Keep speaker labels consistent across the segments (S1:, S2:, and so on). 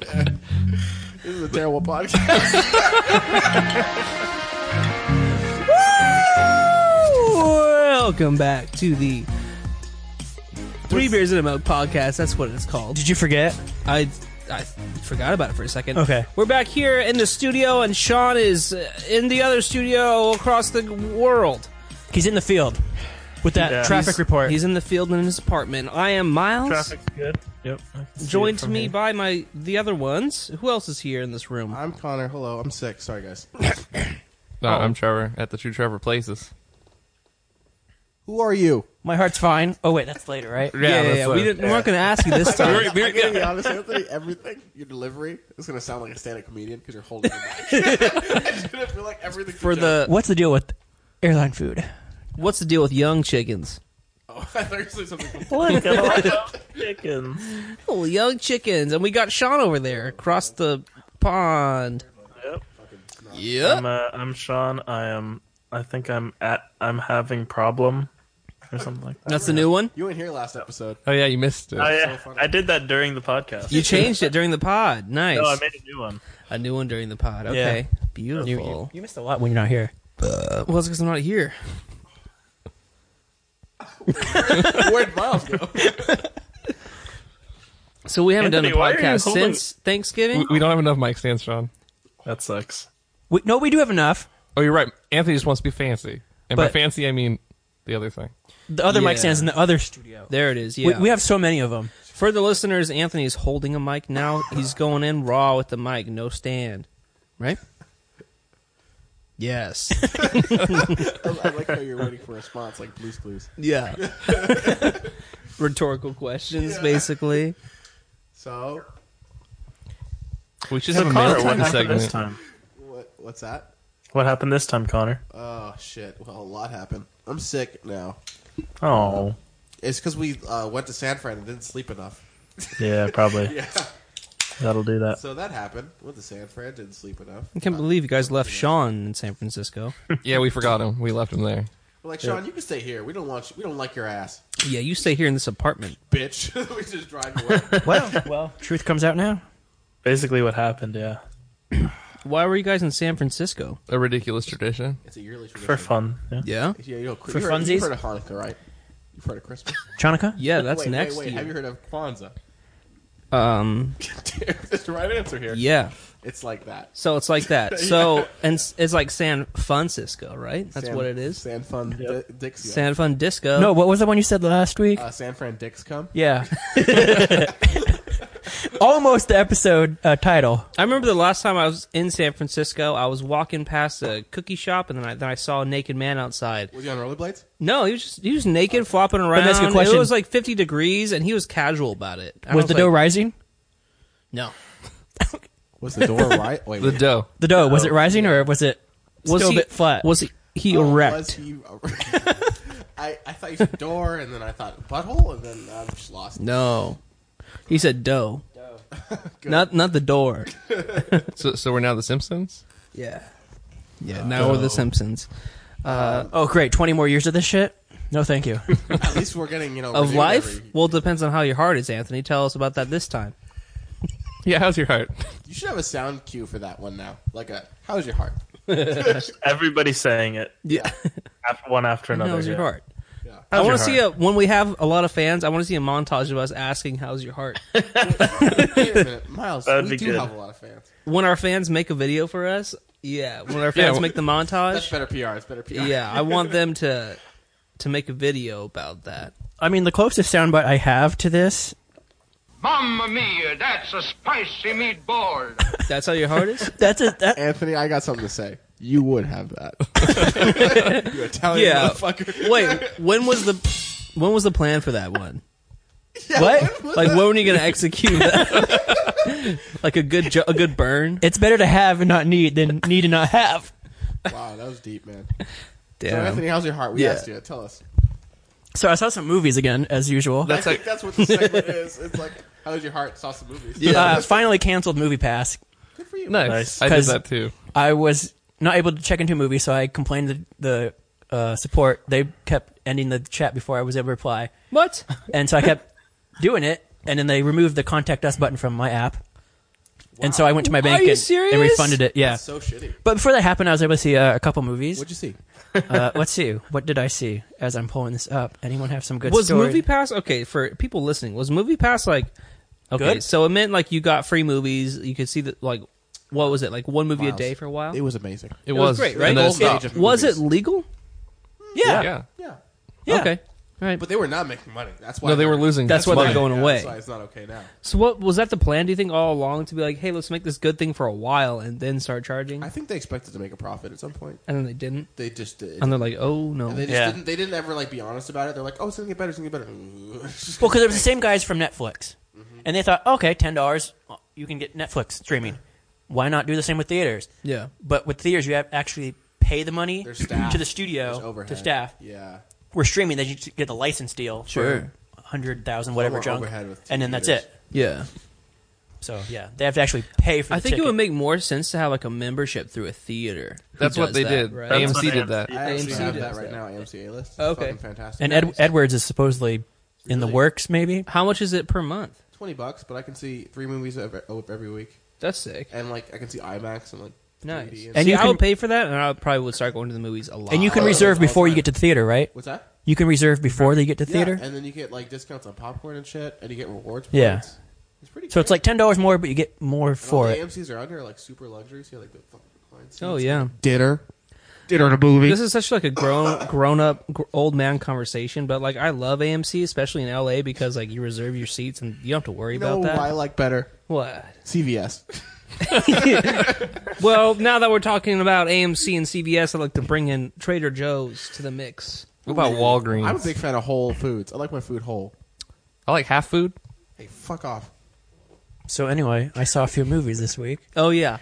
S1: This is a terrible podcast.
S2: Welcome back to the Three Beers in a Mug podcast. That's what it's called.
S3: Did you forget?
S2: I I forgot about it for a second.
S3: Okay.
S2: we're back here in the studio, and Sean is uh, in the other studio across the world.
S3: He's in the field with that
S4: Yeah.
S3: traffic
S2: He's-
S3: report.
S2: He's in the field in his apartment. I am Miles,
S4: Traffic's good. Yep. I can see it
S2: joined to
S4: from
S2: me
S4: here.
S2: by my the other ones. Who else is here in this room?
S1: I'm Connor. Hello. I'm sick. Sorry, guys.
S5: No, I'm Trevor at the True Trevor Places.
S1: Who are you?
S3: My heart's fine. Oh wait, that's later, right?
S2: yeah, yeah, yeah. We didn't, We're not going to ask you this time.
S1: I'm gonna be honest, Anthony. Everything, your delivery is gonna sound like a stand-up comedian because you're holding it back. I just gonna feel like everything
S2: for the
S3: What's the deal with airline food?
S2: what's the deal with young chickens?
S1: Oh, I thought you were saying something.
S4: Got a lot of chickens.
S2: Oh, young chickens, and we got Sean over there across the pond. Um,
S4: Yep.
S5: Yep.
S4: I'm, uh, I'm Sean. I am. I think I'm at. I'm having problem, or something like that.
S2: That's the new one.
S1: You weren't here last episode.
S5: Oh yeah, you missed it.
S4: Oh
S1: so
S4: yeah,
S1: funny.
S4: I did that during the podcast.
S2: You changed it during the pod. Nice.
S4: no, I made a new one.
S2: a new one during the pod. Okay. Beautiful.
S3: You, you, you missed a lot when you're not here.
S2: Uh, well, it's because I'm not here.
S1: Where'd Miles go?
S2: So we haven't
S4: Anthony,
S2: done
S4: why
S2: a
S4: are you
S2: podcast
S4: holding-
S2: since Thanksgiving.
S5: We, we don't have enough mic stands, Sean.
S4: That sucks.
S3: We, no, we do have enough.
S5: Oh, you're right. Anthony just wants to be fancy, and by
S3: But-
S5: fancy I mean the other thing.
S3: The other
S2: Yeah.
S3: mic stands in the other studio.
S2: There it is.
S3: We,
S2: Yeah.
S3: we have so many of them.
S2: For the listeners, Anthony's holding a mic now. He's going in raw with the mic, no stand. Right? Yes.
S1: I, I like how you're waiting for a response, like Blue's Clues.
S2: yeah. Rhetorical questions, basically.
S1: So,
S5: We should
S4: So
S5: have a
S4: Connor,
S5: mail
S4: what
S5: time
S4: happened this
S5: segment.
S4: time?
S1: what? What's that?
S4: What happened this time, Connor?
S1: Oh shit! Well, a lot happened. I'm sick now.
S4: Oh,
S1: It's because we uh, went to San Fran and didn't sleep enough.
S4: yeah, probably. That'll do that.
S1: So that happened. Went to San Fran, didn't sleep enough.
S2: I can't believe you guys left Sean in San Francisco.
S5: Yeah, we forgot him. We left him there.
S1: We're like Sean, you can stay here. We don't want you. We don't like your ass,
S2: yeah, you stay here in this apartment.
S1: bitch. we just drive you away.
S3: Well, well, truth comes out now.
S4: Basically, what happened? Yeah,
S2: Why were you guys in San Francisco?
S5: A ridiculous tradition.
S1: it's a yearly tradition.
S4: for fun. Yeah.
S2: Yeah.
S1: Yeah, you know,
S3: For
S1: you're- You've
S3: funsies?
S1: heard of Hanukkah, right? You've heard of Christmas.
S3: Chanukah?
S2: Yeah, that's
S1: wait,
S2: next
S1: Wait, wait.
S2: year.
S1: Have you heard of Kwanzaa?
S2: um
S1: That's the right answer here.
S2: yeah.
S1: It's like that.
S2: So it's like that. So and s- it's like San Francisco, right? That's
S1: San-
S2: what it is.
S1: San Fun Di- Dicks. yeah.
S2: San Fun Disco.
S3: No, what was the one you said last week?
S1: uh, San Fran Dicks come.
S3: yeah. Almost the episode uh, title.
S2: I remember the last time I was in San Francisco, I was walking past a cookie shop and then I, then I saw a naked man outside.
S1: Was he on rollerblades?
S2: No, he was just he was naked flopping around.
S3: me ask you a question.
S2: It was like 50 degrees and he was casual about it. And I
S3: Was the
S2: like,
S3: dough rising?
S2: No.
S1: Was the door right? Wait,
S5: The
S1: wait.
S5: dough.
S3: The dough was it rising or Oh, was it
S2: Was
S3: still
S2: he
S3: a bit flat?
S2: Was he, he
S1: Oh, was
S2: erect?
S1: he I, I thought you said door, and then I thought butthole, and then I'm just lost.
S2: No. He said dough. not not the door.
S5: So, so we're now the Simpsons.
S2: Yeah. Yeah, now we're the Simpsons.
S3: oh great, twenty more years of this shit? No, thank you.
S1: At least we're getting you know
S2: Of
S1: renewed
S2: life?
S1: every-
S2: Well, it depends on how your heart is, Anthony. Tell us about that this time.
S5: Yeah, how's your heart?
S1: you should have a sound cue for that one now. Like a how's your heart?
S4: Everybody's saying it
S2: Yeah.
S4: after one after another.
S2: How's your
S4: yeah.
S2: heart?
S1: Yeah.
S2: I
S4: How's
S2: want
S4: your
S2: to see a when we have a lot of fans. I want to see a montage of us asking, "How's your heart?"
S1: Wait a minute, Miles.
S4: That'd
S1: we
S4: be
S1: do
S4: good.
S1: have a lot of fans.
S2: when our fans make a video for us, yeah. When our fans
S5: well-
S2: make the
S1: That's
S2: montage,
S1: better PR. It's better PR.
S2: yeah. I want them to to make a video about that.
S3: I mean, the closest soundbite I have to this.
S6: Mamma mia, that's a spicy meatball.
S2: That's how your heart is.
S3: That's a that.
S1: Anthony, I got something to say. You would have that. you Italian
S2: Yeah.
S1: motherfucker.
S2: Wait, when was the when was the plan for that one?
S3: What?
S2: Like, when were you gonna execute that? like a good jo- a good burn.
S3: It's better to have and not need than need and not have.
S1: Wow, that was deep, man. So
S2: Damn.
S1: Anthony, how's your heart? We
S2: Yeah.
S1: asked you. Tell us.
S3: So I saw some movies again, as usual.
S1: I think that's what the segment is. It's like how's your heart? Saw some movies.
S3: Uh, finally canceled Movie Pass.
S1: Good for you.
S5: Nice.
S4: Nice.
S5: I did
S3: 'Cause-
S5: that too.
S3: I was not able to check into a movie, so I complained to the uh, support. They kept ending the chat before I was able to reply,
S2: What?
S3: and so I kept doing it, and then they removed the contact us button from my app. And so I went to my
S2: Are
S3: bank
S2: you
S3: and, and
S2: serious?
S3: refunded it. Yeah.
S1: That's so shitty.
S3: but before that happened, I was able to see uh, a couple movies.
S1: What'd you see?
S3: uh, let's see. What did I see as I'm pulling this up? Anyone have some good
S2: was
S3: story?
S2: movie pass okay for people listening was movie pass like okay
S3: Good?
S2: so it meant like you got free movies you could see that like what was it like one movie a
S1: Miles.
S2: day for a while
S1: It was amazing.
S5: It,
S2: was great, right?
S5: And then it
S1: Golden
S5: stopped.
S1: age of
S2: was it
S1: movies.
S2: legal
S3: Yeah.
S5: Yeah.
S1: Yeah.
S3: Yeah.
S2: okay all right
S1: But they were not making money. That's why
S5: No, they were losing.
S2: That's why
S5: money.
S2: they're going
S1: Yeah,
S2: away.
S1: That's why it's not okay now.
S2: so what was that the plan do you think all along to be like hey let's make this good thing for a while and then start charging
S1: I think they expected to make a profit at some point.
S2: and then they didn't
S1: They just did.
S2: and they're like oh no
S1: And they just
S3: Yeah.
S1: didn't. They didn't ever like be honest about it. They're like, "Oh, it's gonna get better. It's gonna get better."
S3: Well, because it was the same guys from Netflix,
S1: Mm-hmm.
S3: and they thought, okay, ten dollars, you can get Netflix streaming. Why not do the same with theaters?
S2: yeah
S3: But with theaters, you have actually pay the money
S1: There's staff.
S3: to the
S1: There's
S3: studio
S1: overhead.
S3: to staff.
S1: Yeah.
S3: We're streaming, then you just get the license deal
S2: Sure.
S3: for hundred thousand whatever
S1: more
S3: junk,
S1: overhead with
S3: and then that's
S1: theaters.
S3: it.
S2: yeah
S3: So yeah, they have to actually pay for. The
S2: i think
S3: ticket.
S2: it would make more sense to have like a membership through a theater who
S5: That's what
S2: does
S5: they
S2: that,
S5: did.
S2: right?
S4: That's
S5: AMC
S4: what
S5: did that.
S4: AMC
S1: I actually
S2: AMC
S1: have that
S2: does
S1: right
S2: that.
S1: now. AMC A list. It's
S2: Okay.
S1: fucking fantastic.
S3: and Ed-
S1: Nice.
S3: Edwards is supposedly in the
S1: Really?
S3: works, maybe.
S2: how much is it per month
S1: twenty bucks, but I can see three movies every, every week,
S2: that's sick
S1: and like I can see IMAX and like 3D
S2: Nice.
S1: and
S2: And
S3: And
S2: you
S3: you
S2: I
S3: can-
S2: would pay for that, and I probably would start going to the movies a lot.
S3: And you can
S1: Oh,
S3: reserve
S1: all the
S3: before you
S1: time.
S3: get to the theater, right?
S1: what's that?
S3: You can reserve before they get to theater.
S1: Yeah, and then you get like discounts on popcorn and shit, and you get rewards. Points.
S3: Yeah.
S1: it's pretty.
S3: So it's like ten dollars more, but you get more for
S1: the
S3: it.
S1: AMC's are under like super luxury, so you have, like the fucking reclined seats.
S2: Oh yeah,
S1: dinner, dinner and a movie.
S2: this is such like a grown, grown up, gr- old man conversation. But like, I love AMC, especially in LA, because like you reserve your seats and you don't have to worry
S1: you know
S2: about that.
S1: what I like better
S2: What?
S1: CVS.
S2: Well, now that we're talking about AMC and CVS, I'd like to bring in Trader Joe's to the mix.
S5: What about Walgreens?
S1: I'm a big fan of Whole Foods. I like my food whole.
S5: I like half food.
S1: Hey, fuck off.
S3: So anyway, I saw a few movies this week.
S2: Oh yeah,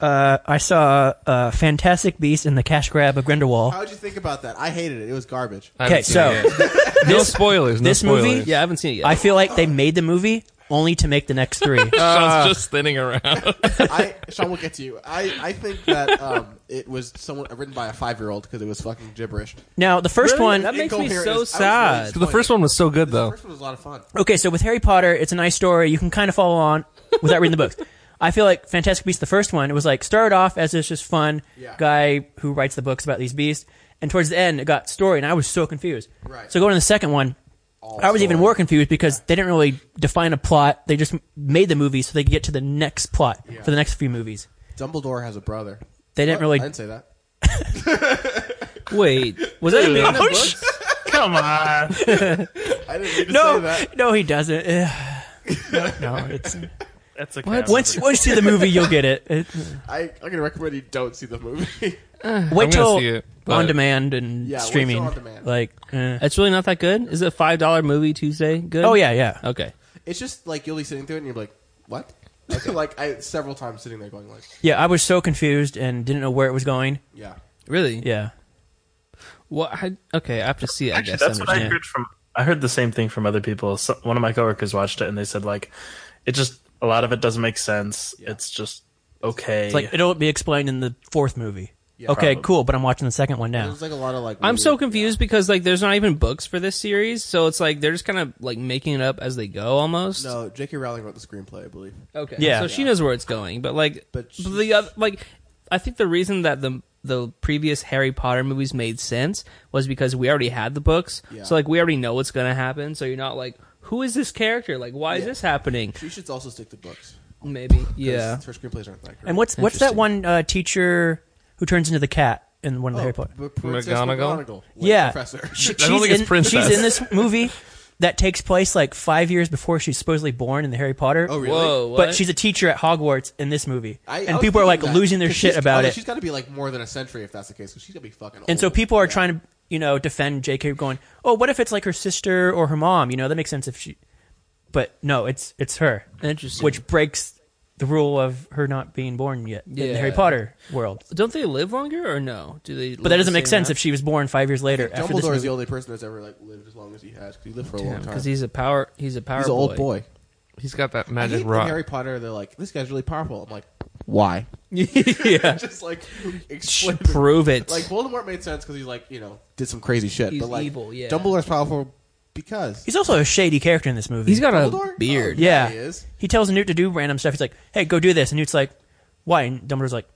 S3: Uh, I saw uh, Fantastic Beasts and the Cash Grab of Grindelwald.
S1: How'd you think about that? I hated it. It was garbage.
S5: I haven't
S3: Okay,
S5: seen
S3: so-
S5: it yet. no spoilers. No
S3: this movie-
S5: spoilers.
S2: yeah, I haven't seen it yet.
S3: I feel like they made the movie only to make the next three.
S5: Sean's just spinning around.
S1: I Sean will get to you. I, I think that um, it was someone written by a five year old because it was fucking gibberish.
S3: now the first
S2: Really?
S3: one,
S2: That makes me
S1: Incoherent. I
S2: so
S1: was really
S2: sad.
S5: the first one was so good
S1: The
S5: though.
S1: first one was a lot of fun.
S3: okay, so with Harry Potter, it's a nice story. You can kind of follow on without reading the books. I feel like Fantastic Beasts, the first one, it was like started off as this just fun
S1: Yeah.
S3: guy who writes the books about these beasts, and towards the end it got story, and I was so confused.
S1: Right.
S3: So going to the second one,
S1: All
S3: I was even
S1: story.
S3: more confused because they didn't really define a plot. They just m- made the movie so they could get to the next plot
S1: Yeah.
S3: for the next few movies.
S1: Dumbledore has a brother.
S3: They didn't
S1: What?
S3: really.
S1: I didn't say that.
S2: Wait, was that a big in the
S4: Oh,
S2: books?
S4: Come on.
S1: I didn't mean to say
S3: No,
S1: that.
S3: no, he doesn't. Ugh. no, no, it's
S4: That's okay.
S3: once once you see the movie, you'll get it. It-
S1: I, I'm going to recommend you don't see the movie.
S3: wait
S5: I'm gonna
S3: till
S5: see it, but-
S3: on demand and
S1: Yeah, wait till
S3: streaming.
S1: on demand.
S3: Like, eh.
S2: It's really not that good. Is it a five dollar movie Tuesday? Good.
S3: oh yeah, yeah.
S2: Okay.
S1: it's just like you'll be sitting through it and you'll be like, what? like I several times sitting there going like,
S3: Yeah, I was so confused and didn't know where it was going.
S1: yeah.
S2: Really?
S3: Yeah,
S2: Well, I, okay, I have to see. it, I
S4: Actually,
S2: guess
S4: that's
S2: I
S4: what I
S2: understand.
S4: heard from. I heard the same thing from other people. So, one of my coworkers watched it and they said like, it just a lot of it doesn't make sense. It's just okay.
S3: it's like it'll be explained in the fourth movie.
S1: Yeah.
S3: okay,
S4: Probably.
S3: cool. But I'm watching the second one now.
S1: There's like a lot of like.
S2: I'm so
S1: weird-
S2: confused because like there's not even books for this series, so it's like they're just kind of like making it up as they go almost.
S1: No, J.K. Rowling wrote the screenplay, I believe.
S2: Okay.
S3: Yeah.
S2: So she knows where it's going, but like,
S1: But
S2: but,
S1: she-
S2: the other, like, I think the reason that the the previous Harry Potter movies made sense was because we already had the books,
S1: Yeah.
S2: so like we already know what's gonna happen. So you're not like, who is this character? Like, why is
S1: Yeah.
S2: this happening?
S1: She should also stick to books. 'Cause
S2: Maybe. Yeah.
S1: her screenplays aren't that great.
S3: And what's what's that
S2: Interesting.
S3: one uh, teacher who turns into the cat in one of the Harry Potter?
S1: But Princess
S5: McGonagall?
S1: McGonagall, like,
S3: yeah,
S1: Oh, professor.
S3: She-
S5: I don't think
S3: she's,
S5: it's
S3: in,
S5: princess.
S3: she's in this movie that takes place like five years before she's supposedly born in the Harry Potter.
S1: Oh, really?
S2: Whoa. What?
S3: But she's a teacher at Hogwarts in this movie,
S1: I- I
S3: and
S1: was
S3: people are
S1: thinking
S3: like
S1: that,
S3: losing their
S1: 'cause
S3: shit
S1: she's-
S3: about
S1: oh,
S3: it.
S1: She's got to be like more than a century if that's the case. So she's gonna be fucking.
S3: And so
S1: old.
S3: people are
S1: Yeah.
S3: trying to, you know, defend J.K. going, "Oh, what if it's like her sister or her mom? You know, that makes sense if she." But no, it's it's her,
S2: Interesting.
S3: which breaks the rule of her not being born yet in
S2: Yeah.
S3: the Harry Potter world.
S2: Don't they live longer or no? Do they?
S3: But that doesn't make sense if she was born five years later after
S1: Dumbledore is
S3: this movie.
S1: the only person that's ever like lived as long as he has. 'cause he lived for a long time.
S2: because he's a power. He's a power.
S1: He's an old boy.
S5: He's got that
S1: I
S5: magic
S1: think in
S5: rock.
S1: Harry Potter, they're like, this guy's really powerful. I'm like, why?
S2: yeah.
S1: Just like
S2: Sh-
S1: explain.
S2: Prove it.
S1: Like Voldemort made sense because he's like you know did some crazy shit.
S2: He's
S1: but like
S2: evil, yeah.
S1: Dumbledore's powerful Because
S3: He's also a shady character in this movie.
S2: He's got a
S1: Dumbledore?
S2: beard.
S1: Oh, yeah,
S3: yeah.
S1: he is.
S3: He tells Newt to do random stuff. He's like, "Hey, go do this," and Newt's like, "Why?" And Dumbledore's like,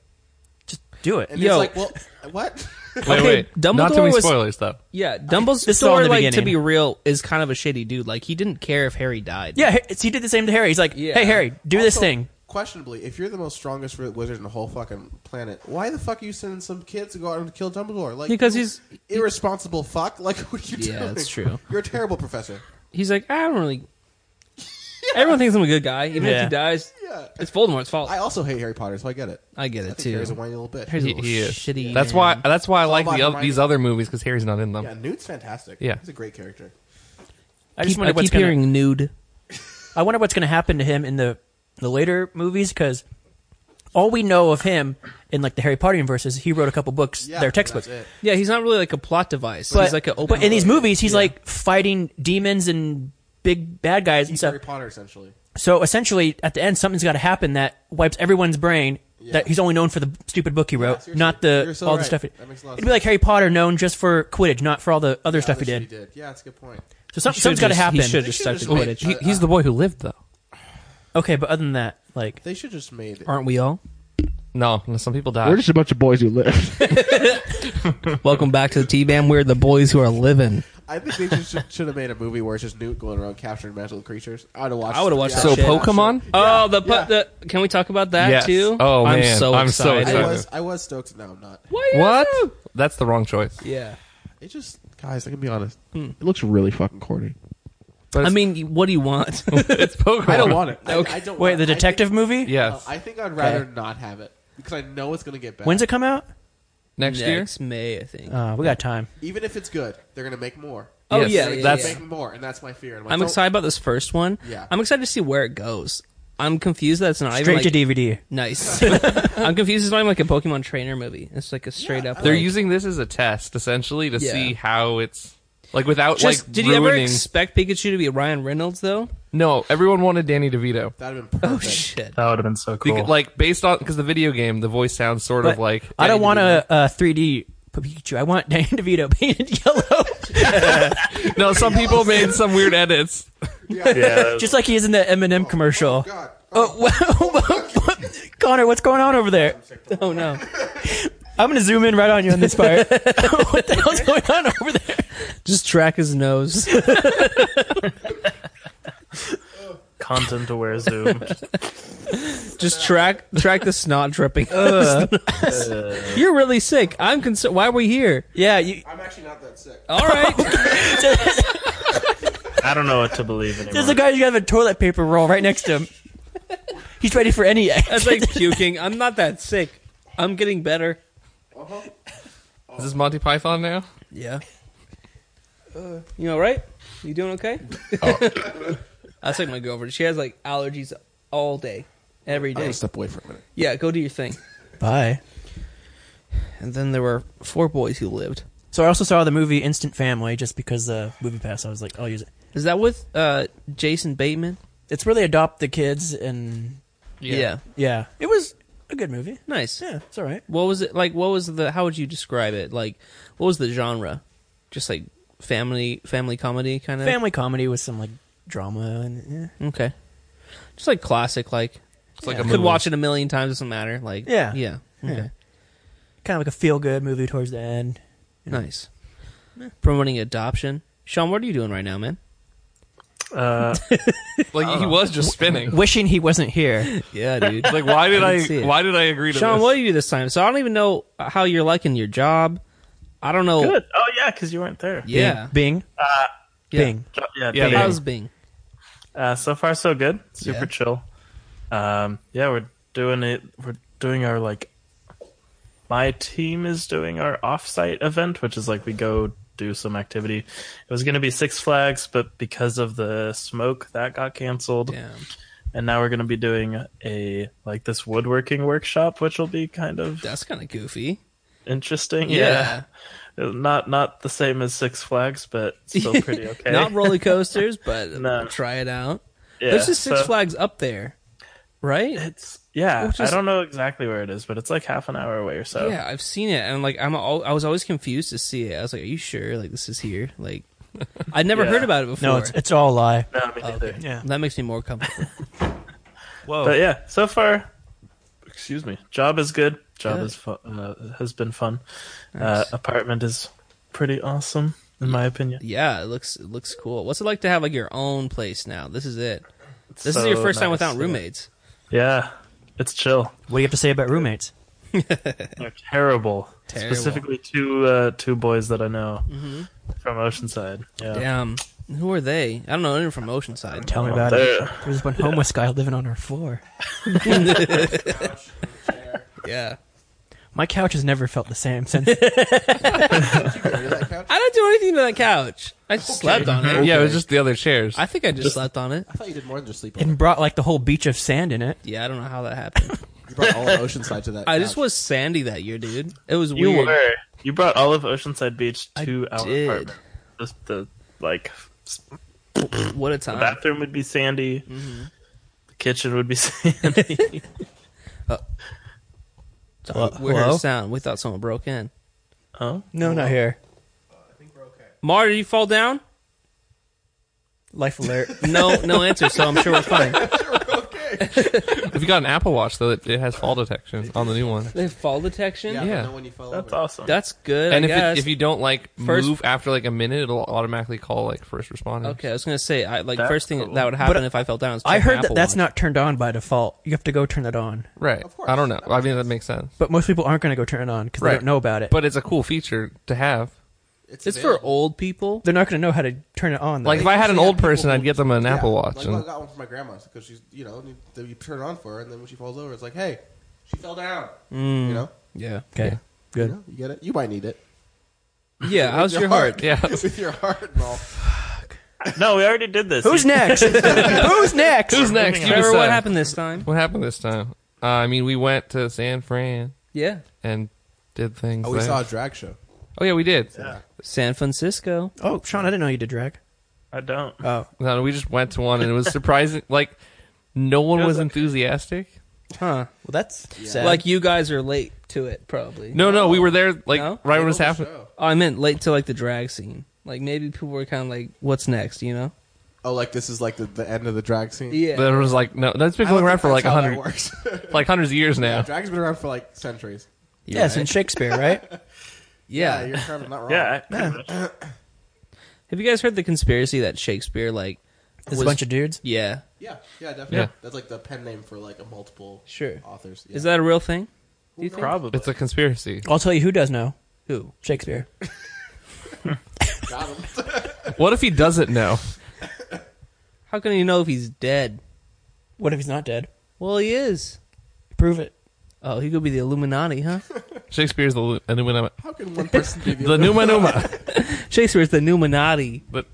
S3: "Just do it."
S1: And
S2: Yo.
S1: it's like, well, what?
S5: Wait,
S2: Okay,
S5: wait. Not too
S2: Dumbledore
S5: many
S2: was-
S5: spoilers, though.
S2: Yeah,
S3: This is all in
S2: Dumbledore,
S3: the
S2: like to
S3: beginning.
S2: be real, is kind of a shitty dude. Like he didn't care if Harry died.
S3: yeah, he- he did the same to Harry. He's like,
S2: Yeah.
S3: "Hey, Harry, do this
S1: Also,
S3: thing."
S1: Questionably, if you're the most strongest wi- wizard in the whole fucking planet, why the fuck are you sending some kids to go out and kill Dumbledore? Like
S2: Because he's-
S1: irresponsible. Fuck. Like what are you
S2: Yeah,
S1: doing?
S2: that's true.
S1: You're a terrible professor.
S2: he's like, I don't really. Everyone thinks I'm a good guy, even if
S3: Yeah.
S2: he dies.
S1: Yeah.
S2: It's Voldemort's fault.
S1: I
S2: I,
S1: also hate Harry Potter, so I get it.
S2: get
S1: I
S2: it
S1: think
S2: too.
S1: Harry's a whiny little bitch.
S2: Harry's a
S5: He,
S2: little
S5: he is.
S2: Oh, shitty.
S5: That's
S2: man.
S5: why. That's why I like
S1: about
S5: the oth-
S1: Hermione.
S5: these other movies because Harry's not in them.
S1: Yeah, Newt's fantastic.
S5: Yeah.
S1: he's a great character.
S3: I
S2: I
S3: just
S2: keep,
S3: wonder
S2: I
S3: what's
S2: keep
S3: gonna.
S2: hearing nude.
S3: I wonder what's gonna happen to him in the the later movies because all we know of him in like the Harry Potter universe is he wrote a couple books.
S1: Yeah,
S3: they're
S1: and
S3: textbooks.
S1: that's it.
S2: Yeah, he's not really like a plot device.
S3: But,
S2: he's like an open.
S3: but in these
S2: book.
S3: movies, he's like fighting demons and big bad guys and
S1: He's
S3: stuff.
S1: Harry Potter essentially.
S3: So essentially, at the end, something's got to happen that wipes everyone's brain. That he's only known for the stupid book he wrote,
S1: seriously.
S3: not the
S1: You're so
S3: all the
S1: right.
S3: stuff. It,
S1: That makes a lot of
S3: would be like Harry Potter, known just for Quidditch, not for all the other stuff he
S1: Other shit
S3: did.
S1: Yeah, that's a good point.
S3: So some, something's got to happen.
S2: He should just stuck to
S1: should've
S2: Quidditch.
S1: just
S5: He, he's the boy who lived, though.
S3: Okay, but other than that, like
S1: They should just made.
S2: Aren't we all?
S5: No, no, some people die.
S7: We're just a bunch of boys who live.
S2: Welcome back to the T Bam. We're the boys who are living.
S1: I think they just should, should have made a movie where it's just Newt going around capturing magical creatures. I would have watched.
S2: I would've watched
S1: yeah,
S2: that
S5: so
S2: shit.
S5: Pokemon.
S2: oh, the, pu-
S1: yeah.
S2: the can we talk about that
S5: Yes.
S2: too?
S5: Oh,
S2: I'm
S5: man.
S2: so
S5: I'm so
S2: excited.
S1: I
S5: excited.
S1: was I was stoked. Now I'm not.
S2: Oh,
S5: What? That's the wrong choice.
S2: Yeah.
S1: It just guys. I can be honest.
S2: Hmm.
S7: it looks really fucking corny.
S5: But
S2: I
S5: it's-
S2: mean, what do you want?
S5: it's Pokemon.
S1: I don't want it. I,
S2: Okay.
S1: I don't
S3: wait,
S1: want
S3: the
S1: it. I
S3: detective
S1: think- Oh,
S3: movie.
S5: Yes.
S1: I think I'd rather not have it because I know it's gonna get bad.
S3: When's it come out?
S5: Next,
S2: Next May, I think.
S3: Uh, we got time.
S1: Even if it's good, they're gonna make more.
S2: oh
S5: yes,
S2: yeah,
S1: They're
S2: yeah,
S1: gonna
S5: that's-
S2: yeah.
S1: keep making more, and that's my fear. And my
S2: I'm excited about this first one.
S1: Yeah.
S2: I'm excited to see where it goes. I'm confused that it's not
S3: Straight to
S2: even like,
S3: DVD.
S2: nice. I'm confused it's not even like a Pokemon trainer movie. It's like a straight up.
S5: They're
S2: like-
S5: using this as a test, essentially, to
S2: Yeah.
S5: see how it's like without
S2: Just,
S5: like
S2: did you
S5: ruining.
S2: ever expect Pikachu to be Ryan Reynolds though?
S5: no, everyone wanted Danny DeVito.
S1: That'd have been perfect.
S2: Oh shit!
S4: That would have been so cool.
S5: Beca- Like based on because the video game, the voice sounds sort
S3: But
S5: of like.
S3: I don't want a, a 3D Pikachu. I want Danny DeVito painted yellow,
S5: No, some people made some weird edits.
S4: yeah,
S3: just like he is in the Eminem commercial. Uh,
S1: God.
S3: Connor, what's going on over there?
S2: Oh no!
S3: I'm gonna zoom in right on you on this part. what the hell's going on over there?
S2: Just track his nose.
S4: content aware Zoom.
S2: Just track track the snot dripping. Uh. You're really sick. I'm concerned. Why are we here?
S3: Yeah, you,
S1: I'm actually not that sick.
S2: All right.
S4: I don't know what to believe anymore.
S3: there's a guy who have a toilet paper roll right next to him. He's ready for any act.
S2: That's like puking. I'm not that sick. I'm getting better.
S5: Is this Monty Python now?
S2: Yeah. Uh, you all right? You doing okay? Oh. I was like my girlfriend. She has like allergies all day, every
S1: I'm
S2: day.
S1: gonna step away for a minute.
S2: Yeah, go do your thing.
S3: Bye.
S2: And then there were four boys who lived.
S3: So I also saw the movie Instant Family just because the movie pass. I was like, I'll use it.
S2: Is that with uh, Jason Bateman?
S3: It's where they adopt the kids and
S2: Yeah.
S3: yeah, it was a good movie.
S2: Nice.
S3: Yeah, it's all right.
S2: What was it like? What was the? How would you describe it? Like, what was the genre? Just like family, family comedy kind of.
S3: Family comedy with some like drama and
S2: Okay. Just like classic, like
S5: It's like
S2: I
S5: a
S2: could
S5: movie.
S2: watch it a million times. Doesn't matter. Like
S3: Yeah.
S2: yeah, okay,
S3: kind of like a feel good movie towards the end.
S2: nice. Promoting adoption. Sean, what are you doing right now, man?
S4: Uh,
S5: Like he was just spinning.
S3: Wishing he wasn't here.
S2: Yeah, dude.
S5: Like why did
S2: I
S5: I?
S2: can see it.
S5: why did I agree to
S2: Sean,
S5: this?
S2: what do you do this time? So I don't even know how you're liking your job. I don't know.
S4: Good. Oh yeah, because you weren't there.
S2: Yeah,
S3: Bing,
S2: yeah.
S3: Bing.
S4: Jo- yeah,
S5: Yeah,
S4: Bing.
S2: How's Bing?
S4: Uh, so far, so good. Super
S2: Yeah.
S4: chill. Um, yeah, we're doing it. We're doing our like. My team is doing our offsite event, which is like we go do some activity. It was going to be Six Flags, but because of the smoke, that got canceled.
S2: Damn.
S4: And now we're going to be doing a like this woodworking workshop, which will be kind of
S2: That's kind of goofy.
S4: interesting.
S2: Yeah.
S4: Yeah. not not the same as Six Flags, but still pretty okay.
S2: Not roller coasters, but
S4: No.
S2: we'll try it out.
S4: Yeah,
S2: There's just Six
S4: so-
S2: Flags up there, right?
S4: It's yeah.
S2: Which is-
S4: I don't know exactly where it is, but it's like half an hour away or so.
S2: Yeah, I've seen it, and like I'm, al- I was always confused to see it. I was like, "Are you sure? Like this is here? Like I'd never
S4: Yeah.
S2: heard about it before.
S3: No, it's it's all a lie.
S4: No,
S2: Oh,
S4: me neither. Yeah.
S2: that makes me more comfortable.
S8: Whoa.
S2: Oh.
S4: But yeah, so far, excuse me. Job is good. Job
S2: Good.
S4: is fu- uh, has been fun. Uh, apartment is pretty awesome, in my opinion.
S2: yeah, it looks it looks cool. What's it like to have like your own place now? This is it.
S4: It's
S2: This is
S4: so
S2: your first time
S4: nice.
S2: without roommates.
S4: Yeah, it's chill.
S3: What do you have to say about roommates?
S4: They're terrible.
S2: Terrible. Mm-hmm.
S4: Specifically, two uh, two boys that I know from Oceanside. Yeah.
S2: Damn. Who are they? I don't know. They're from Oceanside.
S3: Tell me
S4: Well,
S3: about it.
S4: they're-
S3: There's one homeless guy living on our floor.
S2: Yeah.
S3: My couch has never felt the same since.
S2: I didn't do anything to that couch. I just slept on it.
S5: Yeah, it was just the other chairs.
S2: I think I just, slept on it.
S1: I thought you did more than just sleep on
S3: and
S1: it.
S3: brought like the whole beach of sand in it.
S2: Yeah, I don't know how that happened.
S1: You brought all of Oceanside to that.
S2: I just
S1: couch.
S2: was sandy that year, dude. It was
S4: You
S2: weird.
S4: were. You brought all of Oceanside Beach
S2: I
S4: to our
S2: did.
S4: apartment. The, the like s-
S2: What a time.
S4: bathroom would be sandy. Mm-hmm. The kitchen would be sandy.
S2: Sorry,
S3: Wha-
S2: weird
S3: hello?
S2: sound. We thought someone broke in.
S4: oh,
S3: No, not here.
S2: Mar, did you fall down?
S3: Life alert.
S2: No, no answer. So I'm sure we're fine.
S5: if you got an Apple Watch though, it, it has fall detection on the new one.
S2: They have fall detection.
S1: Yeah,
S5: Yeah.
S1: I know when you fell
S4: that's
S1: over.
S4: awesome.
S2: That's good.
S5: And
S2: I
S5: if
S2: guess.
S5: it, if you don't like
S2: First-
S5: move after like a minute, it'll automatically call like first responders.
S2: okay, I was gonna say, I like
S4: That's
S2: first thing
S4: cool.
S2: that would happen
S3: But
S2: if I fell down. Is
S3: I
S2: check my
S3: heard that
S2: Apple
S3: that's
S2: Watch.
S3: not turned on by default. You have to go turn it on.
S5: Right.
S1: Of course.
S5: I don't know. I mean, that makes sense.
S3: But most people aren't going to go turn it on because
S5: Right.
S3: they don't know about it.
S5: But it's a cool feature to have.
S2: It's for
S1: available.
S2: old people.
S3: they're not going to know how to turn it on. Though.
S5: Like if I had an
S1: Yeah,
S5: old
S1: people
S5: person,
S1: who-
S5: I'd get them an
S1: Yeah,
S5: Apple Watch.
S1: Like,
S5: and-
S1: well, I got one for my grandma because she's, you know, you, you turn it on for her, and then when she falls over, it's like, hey, she fell down.
S5: Mm.
S1: You know,
S2: Yeah,
S3: okay,
S1: you
S3: good.
S1: know, you get it. You might need it.
S2: yeah. How's your heart?
S5: Yeah.
S1: with your heart and all.
S4: no, we already did this.
S3: Who's
S4: You-
S3: next? Who's next?
S5: Who's next?
S4: moving on.
S5: You
S2: Trevor,
S5: decide.
S2: what happened this time?
S5: What happened this time? Uh, I mean, we went to San Fran
S2: Yeah,
S5: and did things.
S1: Oh, we
S5: there.
S1: saw a drag show.
S5: Oh yeah, we did.
S2: San Francisco.
S3: Oh, Sean, I didn't know you did drag.
S4: I don't.
S3: Oh,
S5: No, we just went to one, and it was surprising. like no one
S4: It
S5: was,
S4: was
S5: enthusiastic.
S2: Huh.
S3: well, that's sad.
S2: Like you guys are late to it, probably.
S5: No, no, we were there like
S2: No?
S5: right
S1: Middle
S5: when it was
S1: of the
S5: happening.
S1: show.
S2: Oh, I meant late to like the drag scene. Like maybe people were kind of like, "What's next?" You know?
S1: Oh, like this is like the, the end of the drag scene.
S2: Yeah.
S5: There was like no, that's been
S1: I don't
S5: going around
S1: think
S5: for like
S1: that's
S5: a
S1: how that
S5: hundred,
S1: works.
S5: like hundreds of years now.
S1: Drag's been around for like centuries.
S3: yes, in Shakespeare, right?
S2: Yeah.
S1: you're kind of not wrong.
S4: Yeah, I, pretty much.
S2: Have you guys heard the conspiracy that Shakespeare like
S3: There's
S2: was-
S3: a bunch of dudes.
S2: Yeah.
S1: yeah, yeah, definitely.
S5: Yeah.
S1: That's like the pen name for like a multiple
S2: Sure.
S1: authors.
S2: Is that a real thing? Do you think?
S4: probably.
S5: It's a conspiracy.
S3: I'll tell you who does know
S2: Who?
S3: Shakespeare.
S5: What if he doesn't know?
S2: How can you know if he's dead?
S3: What if he's not dead?
S2: Well, he is.
S3: Prove it.
S2: Oh, he could be the Illuminati, huh?
S5: Shakespeare's the Lu- Enuma,
S1: how can one person be the
S5: the
S1: other?
S5: Numa Numa.
S2: Shakespeare's the Numinati.
S1: Well,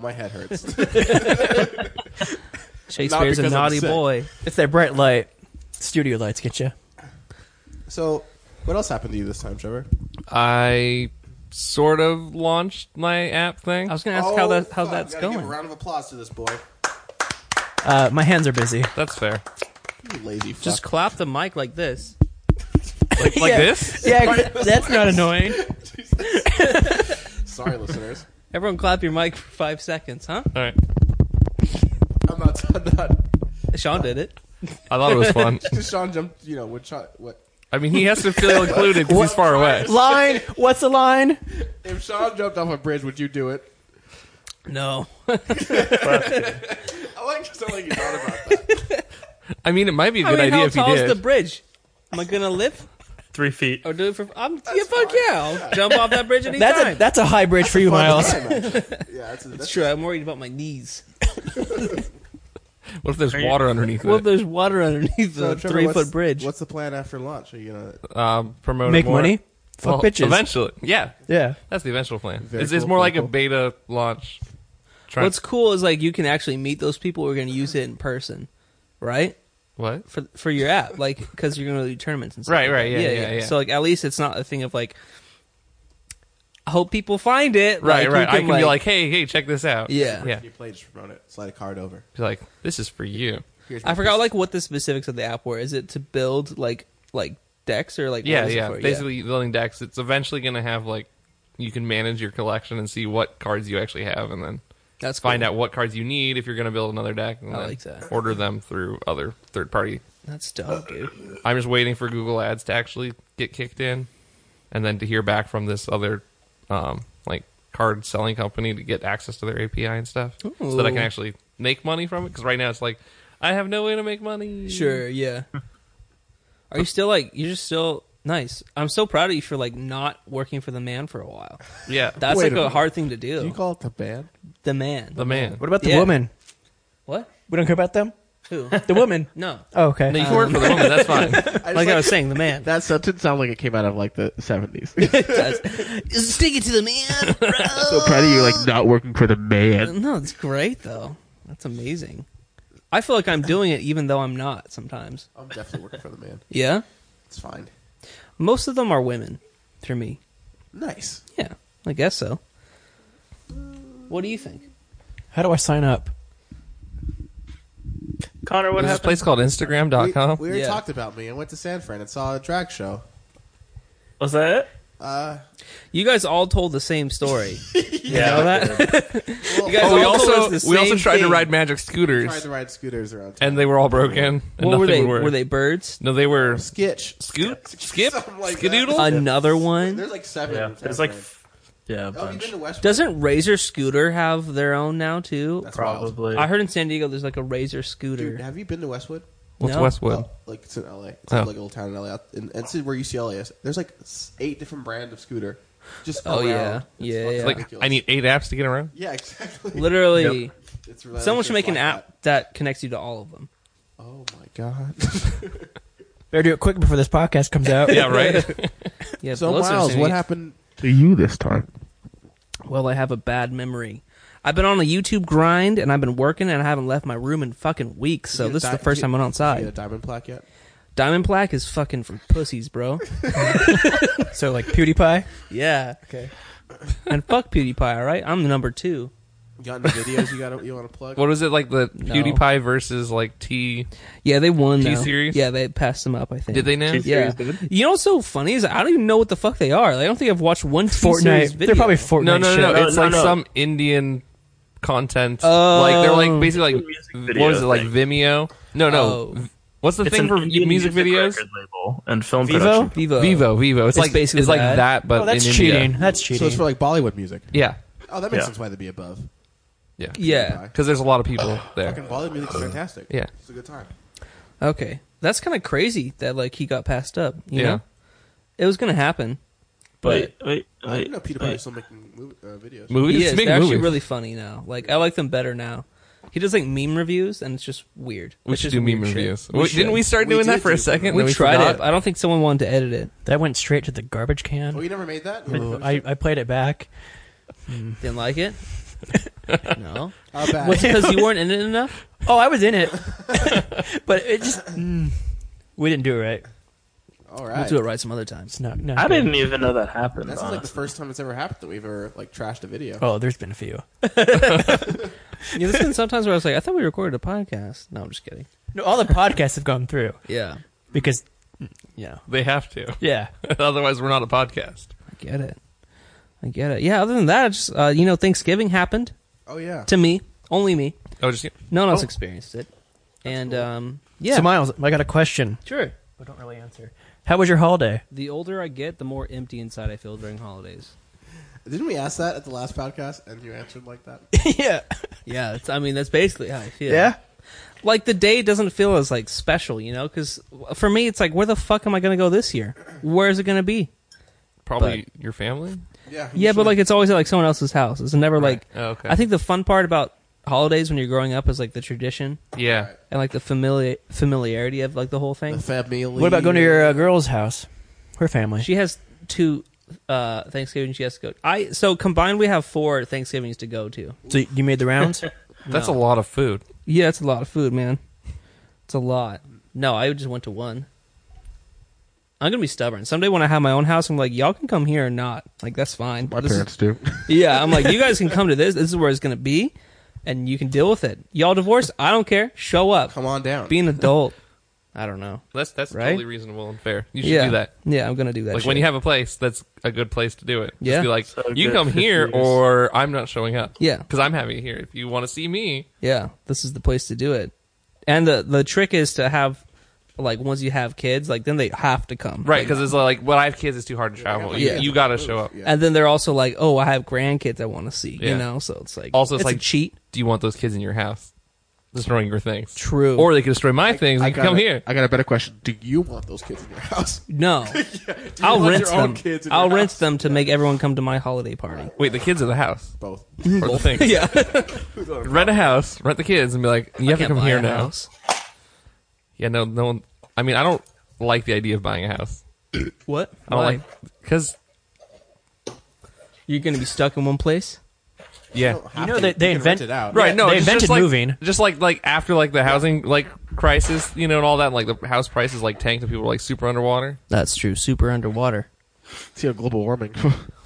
S1: my head hurts.
S2: Shakespeare's a
S1: because I'm
S2: naughty
S1: sick.
S2: boy.
S3: It's that bright light. Studio lights get you.
S1: so, what else happened to you this time, Trevor?
S5: I sort of launched my app thing.
S2: I was gonna ask how that how that's
S1: Oh, gotta Give a
S2: going.
S1: round of applause to this boy.
S3: Uh, my hands are busy.
S5: That's fair.
S1: You lazy fuck.
S2: Just clap the mic like this.
S5: Like, like
S3: Yeah.
S5: this?
S3: Yeah, that's not annoying.
S1: Sorry, listeners.
S2: Everyone, clap your mic for five seconds, huh?
S5: All right.
S1: I'm not. I'm not.
S2: Sean did it.
S5: I thought it was fun.
S1: Sean jumped. You know what? Sean, what?
S5: I mean, he has to feel included because he's far away.
S3: Line. What's the line?
S1: If Sean jumped off a bridge, would you do it?
S2: No.
S1: I like just like you thought about that.
S5: I mean, it might be a
S2: I
S5: good
S2: mean,
S5: idea
S2: how
S5: if he
S2: tall is
S5: did.
S2: the bridge? Am I gonna live
S4: three feet.
S2: or do it for? I'm yeah, fuck yeah! I'll jump off that bridge anytime.
S3: That's a that's a high bridge for you, Miles.
S1: Yeah, that's, that's
S2: That's true. I'm worried about my knees.
S5: what if there's water underneath
S2: Well,
S5: it?
S2: there's water underneath
S1: So,
S2: the
S1: Trevor,
S2: three
S1: what's-
S2: foot bridge.
S1: What's the plan after launch? Are you gonna
S5: Um, promote it
S3: Make
S5: more.
S3: money. Fuck
S5: Well,
S3: bitches.
S5: Eventually, yeah,
S3: Yeah.
S5: that's the eventual plan.
S1: Very
S5: It's, it's
S1: cool,
S5: more
S1: very
S5: like a
S1: cool.
S5: beta launch. Try-
S2: What's cool is like you can actually meet those people who are going to use it in person, right?
S5: what?
S2: For for your app, like because you're going to do tournaments and stuff.
S5: Right,
S2: like
S5: right,
S2: that.
S5: yeah, yeah, yeah.
S2: So like at least it's not a thing of like, I hope people find it.
S5: Right,
S2: Like,
S5: right.
S2: you
S5: I can be like, hey, hey, check this out.
S2: Yeah.
S5: yeah.
S1: you play just promote it? Slide a card over.
S5: Be like, this is for you.
S1: Here's my
S2: I forgot
S1: piece.
S2: like what the specifics of the app were. Is it to build like like decks or like what
S5: Yeah,
S2: is it
S5: yeah.
S2: for?
S5: Basically, building decks. It's eventually gonna have like you can manage your collection and see what cards you actually have, and then
S2: That's
S5: find
S2: cool.
S5: out what cards you need if you're going to build another deck. And
S2: I
S5: then
S2: like that.
S5: Order them through other third party.
S2: That's dope, dude.
S5: I'm just waiting for Google Ads to actually get kicked in, and then to hear back from this other um, like card selling company to get access to their API and stuff, so that I can
S2: Ooh.
S5: actually make money from it. Because right now it's like I have no way to make money.
S2: Sure, yeah. Are you still like you're just still nice? I'm so proud of you for like not working for the man for a while.
S5: Yeah.
S2: That's
S1: Wait
S2: like
S1: a
S2: a,
S1: minute.
S2: hard thing to do.
S1: Do you call it the band?
S2: the man.
S5: the man.
S3: What about the
S2: Yeah.
S3: woman?
S2: what?
S3: We don't care about them.
S2: Who?
S3: The woman.
S2: no.
S3: Oh, okay.
S5: No, you can work for the woman. That's fine.
S1: I just
S3: like I was saying, the man.
S7: That sentence sounded like it came out of like the seventies.
S2: Stick it to the man, bro.
S7: so proud of you, like not working for the man.
S2: no, it's great though. That's amazing. I feel like I'm doing it even though I'm not sometimes.
S1: I'm definitely working for the man.
S2: Yeah.
S1: It's fine.
S2: Most of them are women for me.
S1: Nice.
S2: Yeah, I guess so. What do you think?
S3: How do I sign up?
S4: Connor, what
S5: There's this
S4: happened?
S5: place called
S1: We, we
S5: Instagram.com.
S1: already
S2: Yeah.
S1: talked about me. I went to San Fran and saw a drag show.
S4: Was that it?
S1: Uh,
S2: You guys all told the same story.
S4: Yeah.
S1: well,
S2: You guys
S5: Oh, we
S2: all told
S5: also
S2: us the
S5: we also
S2: same
S5: tried to
S2: thing.
S5: ride magic
S1: tried
S5: scooters,
S1: to ride scooters around. Town.
S5: and they were all broken. And
S2: What were
S5: nothing
S2: they?
S5: would work.
S2: Were they birds?
S5: No, they were
S1: Skitch.
S5: scoot, skip,
S1: Something like that.
S5: skidoodle.
S2: Another one?
S1: There's like seven.
S4: Yeah.
S1: in San
S4: There's like,
S1: Fran.
S4: f- yeah, a
S1: Oh, you've
S4: bunch.
S1: been to West?
S2: Doesn't Razor Scooter have their own now too?
S1: That's wild.
S4: Probably.
S2: I heard in San Diego there's like a Razor Scooter.
S1: Dude, have you been to Westwood?
S5: What's
S2: No.
S5: Westwood?
S1: Oh, like it's in LA. It's
S5: Oh.
S1: like a little town in LA. Out- And, and it's where UCLA is. There's like s- eight different brand of scooter. Just
S2: Oh,
S1: around.
S2: yeah.
S1: It's
S2: Yeah,
S1: fucking
S2: yeah.
S5: Like
S1: ridiculous.
S5: I need eight apps to get around.
S1: Yeah, exactly.
S2: Literally,
S1: It's really
S2: someone
S1: just
S2: should make an
S1: like
S2: app that. connects you to all of them.
S1: that. Oh my god.
S3: Better do it quick before this podcast comes out.
S5: Yeah, right.
S2: Yeah.
S1: so
S2: the listeners
S1: Miles,
S2: need-
S1: what happened?
S7: To you this time.
S2: Well, I have a bad memory. I've been on a YouTube grind and I've been working and I haven't left my room in fucking weeks. So
S1: Did you
S2: this is
S1: di-
S2: the first
S1: did you-
S2: time I went
S1: Did you get
S2: outside.
S1: a diamond plaque yet?
S2: Diamond plaque is fucking for pussies, bro.
S3: so like PewDiePie.
S2: Yeah. Okay. and fuck PewDiePie, all right? I'm number two.
S1: Got any videos you got? You want to plug?
S5: what was it like the PewDiePie versus like T?
S2: Yeah, they won. now.
S5: T-Series?
S2: Yeah, they passed them up. I think.
S5: Did they now?
S2: Yeah. You know what's so funny is I don't even know what the fuck they are. Like, I don't think I've watched one T-Series
S3: Fortnite.
S2: video.
S3: They're probably Fortnite.
S5: No, no,
S3: shit. Oh,
S5: no,
S4: No,
S5: It's
S4: no,
S5: like
S4: no.
S5: some Indian content.
S2: Oh.
S5: like they're like basically like
S4: Music
S5: what
S4: video
S5: is it like
S4: thing.
S5: Vimeo? No, no.
S2: Oh.
S5: What's the
S4: It's
S5: thing
S4: an
S5: for
S4: Indian
S5: music videos?
S4: record label and film
S3: Vivo?
S4: production.
S2: Vivo.
S5: Vivo, Vivo. It's,
S2: It's
S5: like
S2: basically
S5: it's like
S2: that.
S5: that, but
S3: Oh, that's
S5: in
S3: cheating.
S5: India.
S3: That's
S1: So
S3: cheating.
S1: it's for like Bollywood music.
S5: Yeah,
S1: Oh, that makes
S4: Yeah.
S1: sense. Why they'd be above.
S5: yeah,
S2: Yeah.
S5: Because there's a lot of people there.
S1: Fucking Bollywood music's fantastic.
S5: Yeah.
S1: it's a good time.
S2: Okay. That's kind of crazy that like he got passed up. You
S5: Yeah.
S2: know, it was gonna happen.
S4: Wait, wait, wait.
S1: I didn't know Peter Pan
S4: wait.
S1: still making movie, uh, videos.
S5: Movies,
S2: He is.
S5: Big
S2: They're actually
S5: movies.
S2: really funny now. Like I like them better now. He does like meme reviews and it's just weird.
S5: we
S2: It's
S5: should
S2: just
S5: do meme
S2: weird shit.
S5: reviews.
S2: We
S5: Wait,
S2: should.
S5: didn't we start
S1: We
S5: doing that
S1: did
S5: for
S1: do
S5: a second?
S1: meme
S5: and
S2: We tried
S5: forgot?
S2: it. I don't think someone wanted to edit it.
S3: that went straight to the garbage can.
S1: Oh, you never made that?
S3: Ooh, I, I played it back.
S2: Didn't like it. no.
S1: How bad?
S2: Was it because you weren't in it enough?
S3: Oh, I was in it, but it just mm, we didn't do it right.
S1: All
S2: We'll
S1: right.
S2: do it right some other time.
S3: It's not. No,
S4: I didn't even know that happened.
S1: That sounds like the
S4: honestly.
S1: first time it's ever happened that we've ever like trashed a
S4: e-
S1: video.
S3: Oh, there's been a few.
S2: Yeah, there's been sometimes where I was like, I thought we recorded a podcast. No, I'm just kidding.
S3: No, all the podcasts have gone through
S2: Yeah,
S3: because, you know,
S5: They have to.
S3: yeah.
S5: Otherwise, we're not a podcast.
S2: I get it. I get it. Yeah. Other than that, just, uh, you know, Thanksgiving happened
S1: Oh yeah.
S2: to me, only me.
S5: Oh, just
S2: No one else experienced it. And um, yeah,
S3: So Miles, I got a question.
S2: sure.
S3: I Oh, don't really answer. How was your holiday?
S2: The older I get, the more empty inside I feel during holidays.
S1: Didn't we ask that at the last podcast and you answered like that?
S3: yeah.
S2: Yeah, it's, I mean that's basically how I feel.
S3: Yeah.
S2: like the day doesn't feel as like special, you know? Because for me, it's like, where the fuck am I going to go this year? Where is it going to be?
S5: probably your family.
S1: Yeah.
S2: Yeah, but like it's always at like someone else's house. It's never like.
S5: Oh, okay.
S2: I think the fun part about holidays when you're growing up is like the tradition
S5: Yeah.
S2: and like the familiar familiarity of like the whole
S1: the
S2: thing.
S1: family.
S3: What about going to your uh, girl's house? Her family.
S2: She has two uh Thanksgivings she has to go. I so combined we have four Thanksgivings to go to.
S3: so you made the rounds?
S5: That's a lot of food.
S2: Yeah, it's a lot of food, man. It's a lot. No, I just went to one. I'm gonna be stubborn. Someday when I have my own house, I'm like, y'all can come here or not. Like that's fine.
S7: My
S2: This is-
S7: parents do.
S2: yeah, I'm like, you guys can come to this. This is where it's gonna be, and you can deal with it. Y'all divorce, I don't care. Show up.
S1: Come on down.
S2: Be an adult. I don't know.
S5: That's that's
S2: Right?
S5: totally reasonable and fair. You should
S2: yeah.
S5: do that.
S2: Yeah, I'm gonna do that.
S5: like when
S2: shit.
S5: you have a place, that's a good place to do it.
S2: Yeah.
S5: Just be like,
S4: So
S5: you
S4: good
S5: come
S4: for
S5: here,
S4: theaters.
S5: or I'm not showing up.
S2: Yeah.
S5: because I'm having it here. If you want to see me,
S2: yeah, this is the place to do it. And the the trick is to have like once you have kids, like then they have to come.
S5: right? Because it's like, well, I have kids. It's too hard to travel. You,
S2: Yeah.
S5: you got to show up.
S2: And then they're also like, oh, I have grandkids I want to see. You
S5: Yeah.
S2: know, so it's like
S5: Also, it's
S2: a
S5: like-
S2: cheat.
S5: Do you want those kids in your house, destroying your things?
S2: True.
S5: Or they could destroy my things.
S1: I
S5: and you
S1: got
S5: can come
S1: a-
S5: here.
S1: I got a better question. Do you want those kids in your house?
S2: No,
S1: Do you
S2: I'll
S1: want
S2: rinse
S1: your own
S2: them.
S1: Kids in
S2: I'll
S1: your
S2: rinse
S1: house?
S2: them to make everyone come to my holiday party.
S5: Wait, the kids are the house
S1: both.
S5: or the things.
S2: Yeah,
S5: Rent a house, rent the kids, and be like, you have to
S2: Can't
S5: come
S2: buy
S5: here
S2: a
S5: now.
S2: house.
S5: Yeah, no, no one. I mean, I don't like the idea of buying a house.
S2: What?
S5: I
S2: Why?
S5: don't Oh, like because
S2: You're gonna be stuck in one place.
S5: yeah.
S1: Have
S3: know
S1: to.
S3: they- they
S1: can rent
S3: invent-
S1: it out.
S5: Right,
S3: Yeah,
S5: no,
S3: they
S5: it's
S3: invented
S5: just like,
S3: moving.
S5: Just like like after like the housing like crisis, you know, and all that, and, like the house prices like tanked and people were like super underwater.
S2: That's true. Super underwater.
S7: See how global warming.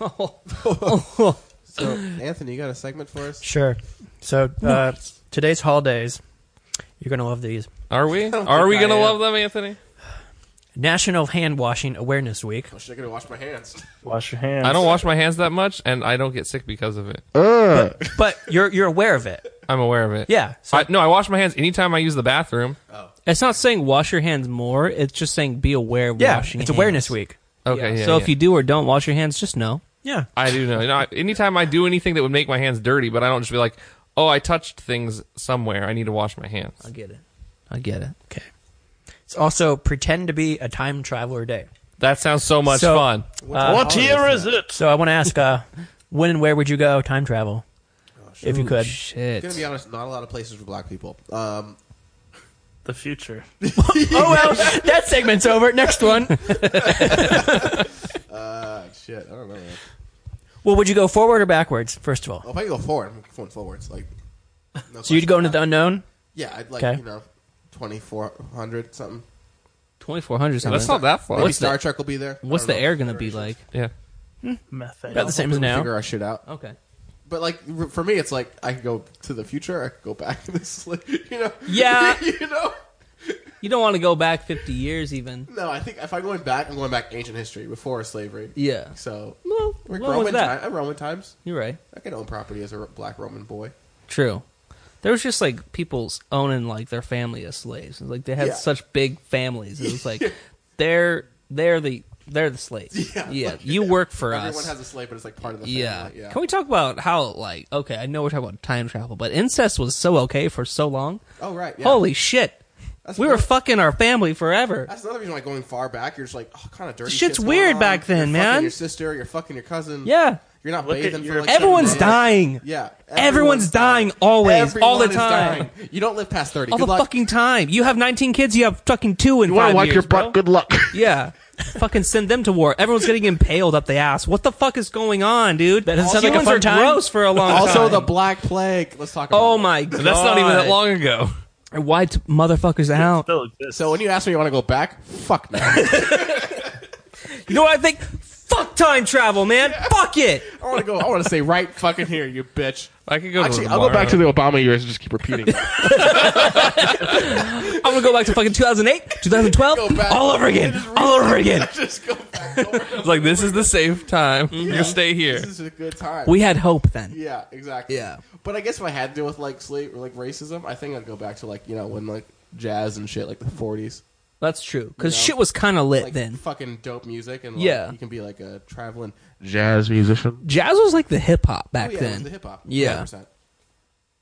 S1: So, Anthony, you got a segment for us?
S3: Sure. So uh, today's holidays, you're gonna love these.
S5: Are we?
S7: Oh,
S5: Are we
S1: think I
S5: gonna
S1: am.
S5: love them, Anthony?
S3: National Hand Washing Awareness Week.
S1: Oh, shit, I gotta wash my hands.
S4: Wash your hands.
S5: I don't wash my hands that much, and I don't get sick because of it.
S7: Ugh.
S3: But you're you're aware of it.
S5: I'm aware of it.
S3: Yeah. So
S5: I, no, I wash my hands anytime I use the bathroom.
S2: It's not saying wash your hands more. It's just saying be aware of
S3: yeah,
S2: washing.
S3: it's
S2: hands.
S3: Awareness Week.
S5: Okay, yeah.
S2: so if
S5: yeah.
S2: you do or don't wash your hands, just know.
S3: Yeah.
S5: I do know. You know, I- anytime I do anything that would make my hands dirty, but I don't just be like, oh, I touched things somewhere. I need to wash my hands.
S2: I get it. I get it.
S3: Okay. It's also pretend to be a time traveler day.
S5: That sounds so much
S3: So-
S5: fun.
S4: what year is it?
S3: So I want to ask, uh, when and where would you go time travel if you could?
S1: I'm gonna
S2: Shit.
S1: be honest, not a lot of places for black people. Um,
S4: The future.
S3: Oh well, that segment's over. Next one.
S1: uh, shit, I don't know. Man.
S3: Well, would you go forward or backwards? First of all,
S1: Well, oh, if I go forward, I'm going forwards. Like, no
S3: so you'd
S1: question.
S3: go into the unknown.
S1: Yeah, I'd like
S3: Okay.
S1: you know, twenty four hundred something.
S2: Twenty four hundred something.
S5: That's not that far.
S1: Maybe
S2: What's
S1: Star
S2: the-
S1: Trek will be there. I
S2: What's
S1: don't
S2: the
S1: know.
S2: air gonna be like?
S5: Yeah.
S4: Methane.
S3: About the same as
S1: We'll
S3: now.
S1: Figure our shit out.
S2: Okay.
S1: But like r- for me, it's like I can go to the future. I can go back. This, like, you know.
S2: Yeah.
S1: you know.
S2: You don't want to go back fifty years even.
S1: No, I think if I'm going back, I'm going back ancient history before slavery.
S2: Yeah.
S1: So
S2: Well,
S1: we're
S2: when
S1: Roman
S2: was that?
S1: time. I'm Roman times.
S2: You're right.
S1: I can own property as a r- black Roman boy.
S2: True. There was just like people s- owning like their family as slaves. Like they had
S1: Yeah.
S2: such big families. It was like they're they're the they're the slaves.
S1: Yeah, like- e-,
S2: you work for
S1: Everyone
S2: us.
S1: has a slave, but it's like part of the family.
S2: yeah.
S1: Yeah.
S2: Can we talk about how like okay, I know we're talking about time travel, but incest was so okay for so long.
S1: oh right. Yeah.
S2: Holy shit.
S1: That's
S2: we
S1: another-
S2: were fucking our family forever.
S1: That's another reason why going far back, you're just like, oh, kind of dirty.
S2: Shit's
S1: going
S2: weird
S1: on.
S2: back then,
S1: You're
S2: man.
S1: Fucking your sister, you're fucking your cousin.
S2: Yeah.
S1: You're not
S4: Look at
S1: bathing for
S4: your-
S1: like seven
S2: Everyone's
S1: days.
S2: dying.
S1: Yeah.
S2: Everyone's dying always, all the
S1: Everyone is
S2: time.
S1: dying. You don't live past 30.
S2: All
S1: Good
S2: the
S1: luck.
S2: fucking time. You have 19 kids, you have fucking two in
S7: You want
S2: five
S7: to watch
S2: years,
S7: your
S2: bro.
S7: butt? Good luck.
S2: Yeah. fucking send them to war. Everyone's getting impaled up the ass. What the fuck is going on, dude? That
S3: sounds like a
S2: Humans
S3: fun
S2: are
S3: time.
S2: gross for a long time.
S1: Also, the Black Plague. Let's talk about
S2: Oh
S1: it.
S2: my god.
S5: And that's not even that long ago.
S2: I wiped motherfuckers out.
S4: Still exists.
S1: So when you ask me you want to go back, fuck no. I
S2: You know what I think? Fuck time travel, man. Fuck it.
S1: want to go. I want to say right fucking here, you bitch.
S5: I could go.
S7: Actually,
S5: to
S7: I'll go back to the Obama years and just keep repeating. it.
S2: I'm gonna go back to fucking 2008, 2012,
S1: Go back.
S2: all over again,
S1: Just
S2: all over again.
S1: Just go back. Over.
S5: It's like this is the safe time. You can stay here.
S1: This is a good time.
S2: Mm-hmm. We had hope then.
S1: yeah, exactly.
S2: Yeah.
S1: But I guess if I had to deal with like slave or like racism, I think I'd go back to like you know when like jazz and shit like the 40s.
S2: That's true. Because
S1: You know?
S2: shit was kind of lit
S1: Like
S2: then.
S1: fucking dope music and like,
S2: Yeah.
S1: you can be like a traveling
S7: Jazz musician.
S2: Jazz was like the hip hop
S1: oh,
S2: back
S1: yeah,
S2: then.
S1: the hip hop.
S2: Yeah.
S1: 100%.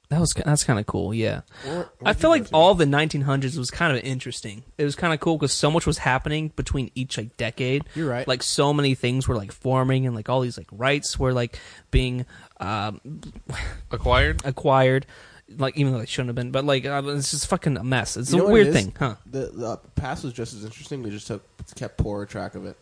S2: That was that's kind of cool. Yeah,
S1: Or- or
S2: I
S1: if
S2: feel
S1: you go
S2: like
S1: to-
S2: all the 1900s was kind of interesting. It was kind of cool because so much was happening between each like decade.
S1: You're right.
S2: Like so many things were like forming, and like all these like rights were like being um,
S5: Acquired.
S2: acquired. Like even though they shouldn't have been, but like uh, it's just fucking a mess. It's
S1: You know
S2: a
S1: what it
S2: weird
S1: is?
S2: thing, huh?
S1: The, the past was just as interesting. They just took, kept poorer track of it.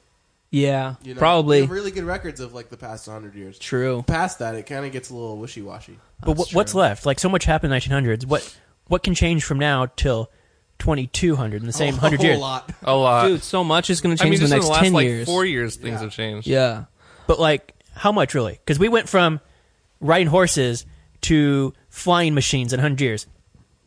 S2: Yeah,
S1: You know?
S2: probably
S1: We have really good records of like the past 100 years.
S2: true.
S1: Past that, it kind of gets a little wishy washy.
S3: But wh- what's left? Like so much happened in the 1900s. What what can change from now till 2200 in the same
S1: a
S3: hundred
S1: whole
S3: years?
S1: lot.
S5: A lot.
S2: Dude, so much is going to
S5: I
S2: change in
S5: mean, just
S2: the next
S5: in the last
S2: ten
S5: like
S2: years.
S5: four years, things have changed.
S2: Yeah,
S3: But like, how much really? Because we went from riding horses to flying machines in hundred years.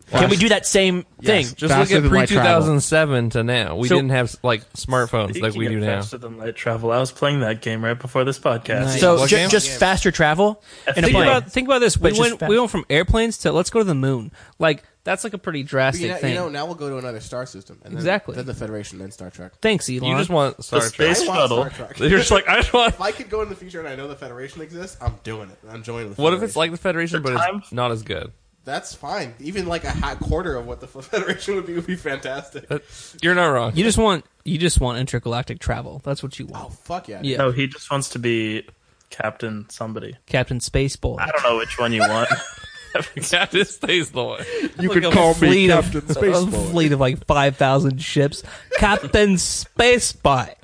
S3: Can we do that same thing?
S7: Yes.
S5: Just look
S7: Faster
S5: at
S7: than
S5: pre
S7: light
S5: two
S7: travel.
S5: thousand seven to now. We
S3: So-
S5: didn't have like smartphones like
S4: Speaking
S5: we do
S4: of
S5: now.
S4: Faster than light travel. I was playing that game right before this podcast.
S2: Nice.
S3: So
S5: What
S3: ju-
S5: game?
S3: just faster travel in a
S4: Think
S2: Think
S4: Yeah.
S3: plane.
S2: about, think about this. We
S3: Which is
S2: went,
S3: fast.
S2: we went from airplanes to let's go to the moon. Like, that's like a pretty
S1: But
S2: drastic
S1: you, know,
S2: thing.
S1: you know, now we'll go to another star system. And then,
S2: Exactly.
S1: Then the Federation, then Star Trek.
S2: Thanks, Elon.
S5: You just want
S4: the
S5: Star Trek.
S4: space
S1: I want Star
S4: shuttle.
S1: Trek.
S5: You're just like I just want.
S1: If I could go in the future and I know the Federation exists, I'm doing it. I'm joining the Federation.
S5: What if it's like the Federation, but
S4: time-
S5: it's not as good?
S1: That's fine. Even like a hot quarter of what the Federation would be would be fantastic.
S5: That- You're not wrong.
S2: you just want you just want intergalactic travel. That's what you
S1: Oh,
S2: want.
S1: fuck yeah.
S2: yeah.
S4: No, he just wants to be Captain somebody.
S2: Captain Spaceball.
S4: I don't know which one you want.
S5: Captain stays the way.
S7: You
S2: Like
S7: could
S2: a
S7: call me
S2: fleet of-
S7: Captain Spaceball.
S2: A fleet of like five thousand ships. Captain Spacebot.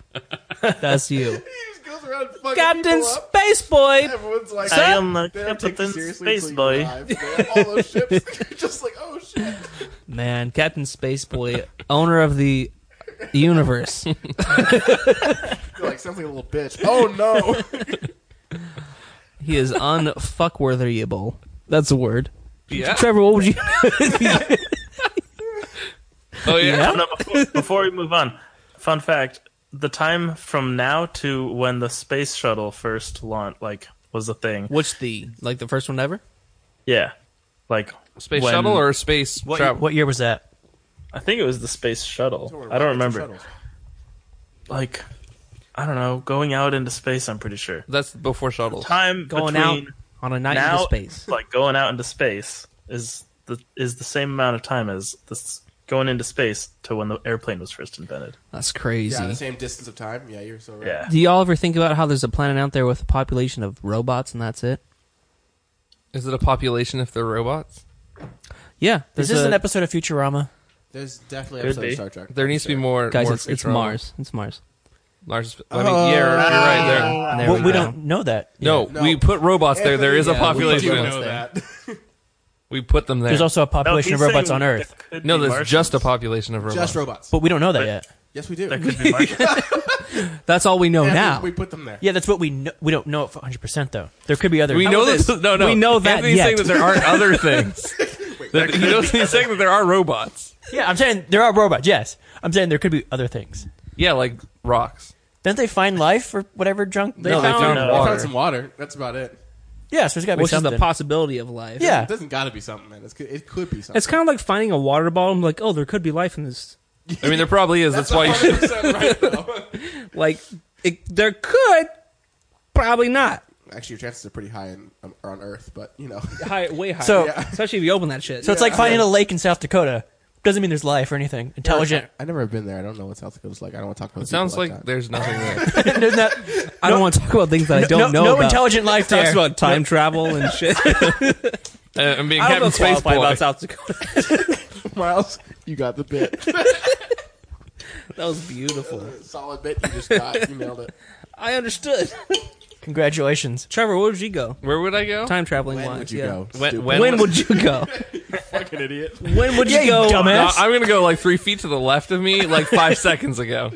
S2: That's
S1: He
S2: you.
S1: just goes around fucking
S2: Captain
S1: people up.
S2: Spaceboy.
S1: Everyone's like,
S4: I am the
S1: "They're taking
S4: Captain
S1: seriously until
S4: Space
S1: you
S4: Boy."
S1: arrive." They have All those ships. You're just like, oh shit.
S2: Man, Captain Spaceboy, owner of the universe.
S1: You're like, sounds like a little bitch. Oh no.
S2: He is unfuckworthyable. That's a word.
S5: Yeah.
S2: Trevor, what would you
S5: Oh yeah.
S4: No, before, before we move on, fun fact: the time from now to when the space shuttle first launched, like, was a thing.
S2: Which the like the first one ever?
S4: Yeah, like
S5: Space
S4: when-
S5: shuttle or space
S3: What,
S5: travel?
S3: what year was that?
S4: I think it was the space shuttle. I don't remember. Like, I don't know, going out into space. I'm pretty sure.
S5: That's before shuttle.
S4: Time
S2: Going
S4: between
S2: out on a night
S4: now,
S2: into space.
S4: like going out into space is the is the same amount of time as this going into space to when the airplane was first invented.
S2: That's crazy.
S1: Yeah, the same distance of time. Yeah, you're so right.
S4: Yeah.
S2: Do y'all ever think about how there's a planet out there with a population of robots and that's it?
S5: Is it a population if they're robots?
S2: Yeah,
S3: Is
S2: there's
S3: this
S2: a-
S3: an episode of Futurama?
S1: There's definitely
S4: Could
S1: episode
S4: be.
S1: of Star Trek.
S5: There needs to be more.
S2: guys.
S5: more
S2: It's, it's
S5: control.
S2: Mars. It's Mars.
S5: Mars. I mean, yeah, you're right there.
S2: There
S3: Well,
S2: we
S3: we
S2: go.
S3: don't know that.
S5: No,
S1: No.
S5: we put robots there. There is a
S2: Yeah, we do
S5: population.
S1: You
S5: We,
S1: know that.
S5: put them there.
S3: There's also a population
S4: No,
S3: of
S4: he's
S3: robots
S4: saying
S3: on
S4: there
S3: Earth,
S4: could
S5: no,
S4: be
S5: there's
S4: Martians.
S5: just a population of robots.
S1: Just robots.
S3: but we don't know that yet.
S1: yes, we do.
S4: There could be Martians.
S2: That's all we know
S1: Yeah,
S2: now.
S1: we, we put them there.
S3: Yeah, that's what we know. We don't know it for 100 percent though. There could be other.
S5: We
S3: How
S5: know
S3: about
S5: this. No, no.
S2: We know that
S5: Anthony's
S2: yet.
S5: saying that there aren't other things. that, you know, he's saying that there are robots.
S3: Yeah, I'm saying there are robots. Yes, I'm saying there could be other things.
S5: Yeah, like rocks.
S3: Didn't they find life or whatever junk they
S5: no,
S3: found?
S5: they found
S4: no.
S1: We
S5: water.
S1: found some water. That's about it.
S3: Yeah, so there's got to be
S2: Which is
S3: something.
S2: the possibility of life.
S3: yeah,
S1: It doesn't got to be something, man. It's, it could be something.
S2: It's kind of like finding a water bottle. I'm like, oh, there could be life in this.
S5: I mean, there probably is. That's, why you should.
S1: 100% right, though.
S2: Like, it, there could, probably not.
S1: Actually, your chances are pretty high in, um, are on Earth, but you know,
S2: High, way higher.
S3: So-
S2: especially if you open that shit.
S3: so it's like finding a lake in South Dakota. Doesn't mean there's life or anything intelligent.
S1: I, I never have been there. I don't know what South Dakota's like. I don't want to talk about.
S5: It sounds like
S1: that.
S5: there's nothing there.
S3: There's not-
S2: I don't want to talk about things that I don't
S3: no,
S2: know.
S3: no
S2: about.
S3: intelligent life
S2: Talks
S3: there.
S2: about time travel and shit.
S5: Uh, I'm being
S2: I don't
S5: Captain
S2: know
S5: Space
S2: qualify
S5: Boy.
S2: about South Dakota.
S1: Miles, you got the bit.
S2: That was beautiful.
S1: Solid bit. You just got. You nailed it.
S2: I understood.
S3: Congratulations.
S2: Trevor, where would you go?
S5: Where would I go?
S2: Time traveling
S1: When
S2: wise.
S1: would you
S2: yeah.
S1: go?
S5: When-
S1: stupid
S5: when-
S2: When would you go?
S1: fucking idiot.
S2: When would you
S3: Yeah, you
S2: go?
S5: No,
S3: dumbass.
S5: I'm gonna go like three feet to the left of me, like five seconds ago.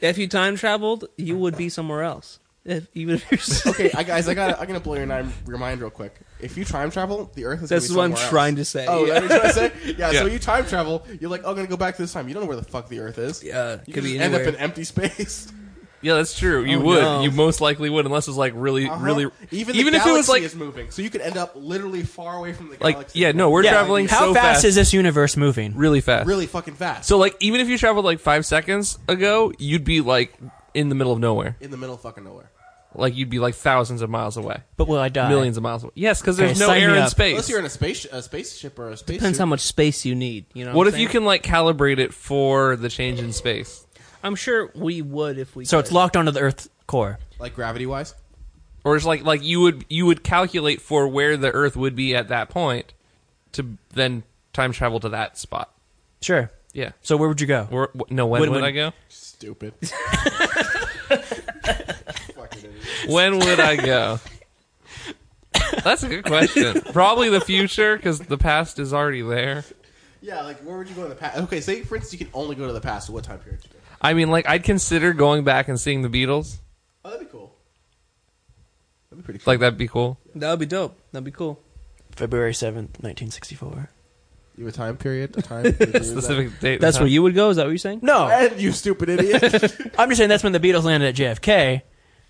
S2: If you time traveled, you would be somewhere else. If, even if you're still-
S1: Okay, I, guys, I got. I'm gonna blow your mind, your mind real quick. If you time travel, the Earth is. gonna
S2: This is
S1: be
S2: what I'm
S1: somewhere
S2: trying
S1: else.
S2: to say.
S1: Oh,
S2: yeah.
S1: that's what I'm trying to say. Yeah, So
S5: Yeah.
S1: you time travel, you're like, oh, I'm gonna go back to this time. You don't know where the fuck the Earth is.
S2: Yeah, it
S1: You
S2: could
S1: could
S2: be
S1: just end up
S2: anywhere.
S1: in empty space.
S5: Yeah, that's true. You
S2: Oh,
S5: would.
S2: no.
S5: You most likely would, unless it's like really,
S1: Uh-huh.
S5: really.
S1: even the
S5: even if it was
S1: galaxy
S5: like
S1: is moving, so you could end up literally far away from the
S5: like
S1: galaxy.
S5: yeah, no, we're
S3: Yeah.
S5: traveling
S3: How
S5: so
S3: fast,
S5: fast
S3: is this universe moving?
S5: really fast.
S1: really fucking fast.
S5: So like even if you traveled like five seconds ago, you'd be like in the middle of nowhere.
S1: in the middle of fucking nowhere.
S5: Like you'd be like thousands of miles away,
S3: But will I die?
S5: millions of miles away. Yes, because there's
S3: Okay,
S5: no
S3: sign
S5: air
S3: me
S5: and
S3: up.
S5: space.
S1: Unless you're in a space a spaceship or a space.
S2: Depends how much space you need. You know.
S5: What
S2: I'm
S5: if you
S2: saying?
S5: can like calibrate it for the change in space?
S2: I'm sure we would if we.
S3: So
S2: could.
S3: it's locked onto the Earth's core.
S1: like gravity wise.
S5: or it's like like you would you would calculate for where the Earth would be at that point to then time travel to that spot.
S3: Sure.
S5: Yeah.
S3: So where would you go?
S5: Or wh- no, when,
S3: When
S5: would
S3: would-
S5: I go?
S1: Stupid. Fucking idiot.
S5: When would I go? That's a good question. Probably the future because the past is already there.
S1: yeah, like where would you go in the past? Okay, say for instance you can only go to the past. What time period? Would you go?
S5: I mean, like I'd consider going back and seeing the Beatles.
S1: Oh, that'd be cool. That'd be pretty cool.
S5: Like that'd be cool.
S2: that would be dope. That'd be cool.
S3: February 7th, 1964.
S1: You have a time period? A time period
S5: Specific date. and
S2: That's
S5: time.
S2: where you would go. Is that what you're saying?
S3: No,
S1: And you stupid idiot.
S3: I'm just saying that's when the Beatles landed at JFK.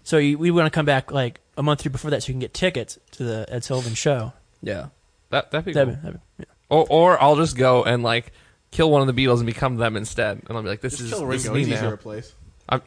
S3: So you, we want to come back like a month or two before that, so you can get tickets to the Ed Sullivan show.
S2: Yeah.
S5: That that'd be
S3: That'd
S5: cool.
S3: be- that'd be-
S5: Or or I'll just go and like kill one of the Beatles and become them instead, and I'll be like, this
S1: Just
S5: is
S1: kill
S5: this is
S1: Ringo.
S5: me
S1: He's easier
S5: now.
S1: to replace.
S5: I'm,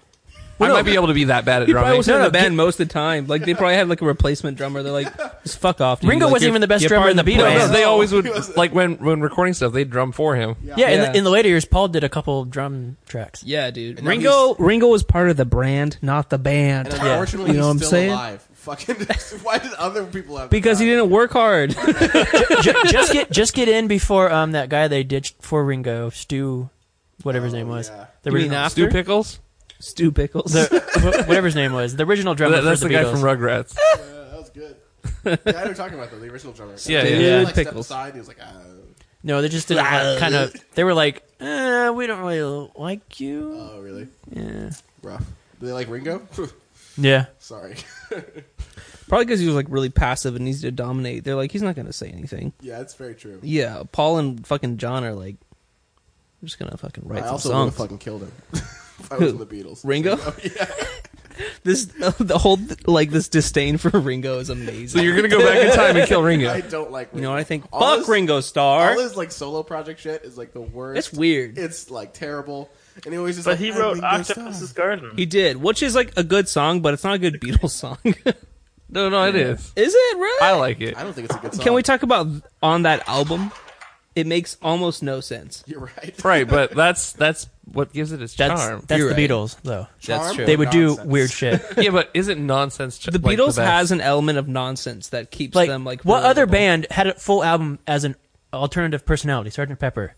S5: I might be able to be that bad at
S2: He probably
S5: drumming.
S2: wasn't in
S3: No,
S2: the
S3: no,
S2: band most of the time. Like they probably had like a replacement drummer. They're like, just fuck off. Dude.
S3: Ringo
S2: Like,
S3: wasn't
S2: you're-
S3: even the best
S2: you're
S3: drummer
S2: part
S3: in
S2: of
S3: the Beatles.
S5: No,
S3: No,
S5: they
S1: no.
S5: always
S1: He
S5: would
S1: wasn't.
S5: like when when recording stuff, they'd drum for him.
S3: yeah, In,
S2: Yeah.
S3: the, in the later years, Paul did a couple drum tracks.
S2: Yeah, dude.
S1: And now
S2: Ringo Ringo was part of the brand, not the band.
S1: And unfortunately,
S2: You know what I'm
S1: he's still
S2: saying?
S1: alive. Fucking. Why did other people have?
S2: Because he didn't work hard.
S3: Uh, Ju- just get just get in before um that guy they ditched for Ringo, Stu, whatever his name was.
S1: yeah.
S3: The
S2: Oh, You mean
S3: original-
S5: Stu Pickles,
S2: Stu Pickles.
S3: the, wh- whatever his name was, the original drummer
S5: That- that's
S3: for
S5: the
S3: the,
S5: guy
S3: Beatles.
S5: from Rugrats.
S1: Yeah, that was good. yeah, I know talking about though, the original drummer.
S5: Yeah,
S1: He,
S5: yeah,
S2: yeah.
S1: Like, stepped
S2: Pickles.
S1: aside, he was like, uh,
S3: no, they just did like, kind of. They were like, uh, we don't really like you.
S1: "Oh, really?
S3: Yeah.
S1: Rough." Do they like Ringo?
S3: Yeah.
S1: Sorry.
S2: Probably because he was like really passive and easy to dominate. They're like, he's not gonna say anything.
S1: yeah, that's very true.
S2: Yeah, Paul and fucking John are like, I'm just gonna fucking write
S1: I
S2: some
S1: also would have
S2: songs.
S1: fucking killed him. if I was in
S2: Who?
S1: the Beatles.
S2: Ringo? This the whole like this disdain for Ringo is
S5: So
S2: amazing.
S5: you're gonna go back in time and kill
S1: I
S5: Ringo.
S1: don't like. Ringo.
S2: you know what I think?
S1: All
S2: Fuck
S1: his-
S2: Ringo Starr.
S1: All his like solo project shit is like the worst.
S2: It's weird.
S1: It's like terrible. And he always just. like,
S4: But he
S1: "I
S4: wrote
S1: Ringo Starr."
S4: Octopus's Garden.
S2: he did, which is like a good song, but it's not a good Beatles song. is
S5: No, no, it is.
S2: it really?
S5: I like it.
S1: I don't think it's a good song.
S2: Can we talk about on that album? It makes almost no sense.
S1: You're right.
S5: Right, but that's that's what gives it its
S3: That's
S5: charm.
S3: that's
S2: You're
S3: the
S2: right.
S3: Beatles though.
S1: Charm
S2: true.
S1: or
S3: They would
S1: nonsense?
S3: do weird shit.
S5: yeah, but isn't nonsense? Ch-
S2: The
S5: like,
S2: Beatles
S5: best?
S2: has an element of nonsense that keeps
S3: Like,
S2: them like.
S3: what other
S2: relatable.
S3: band had a full album as an alternative personality? Sergeant Pepper.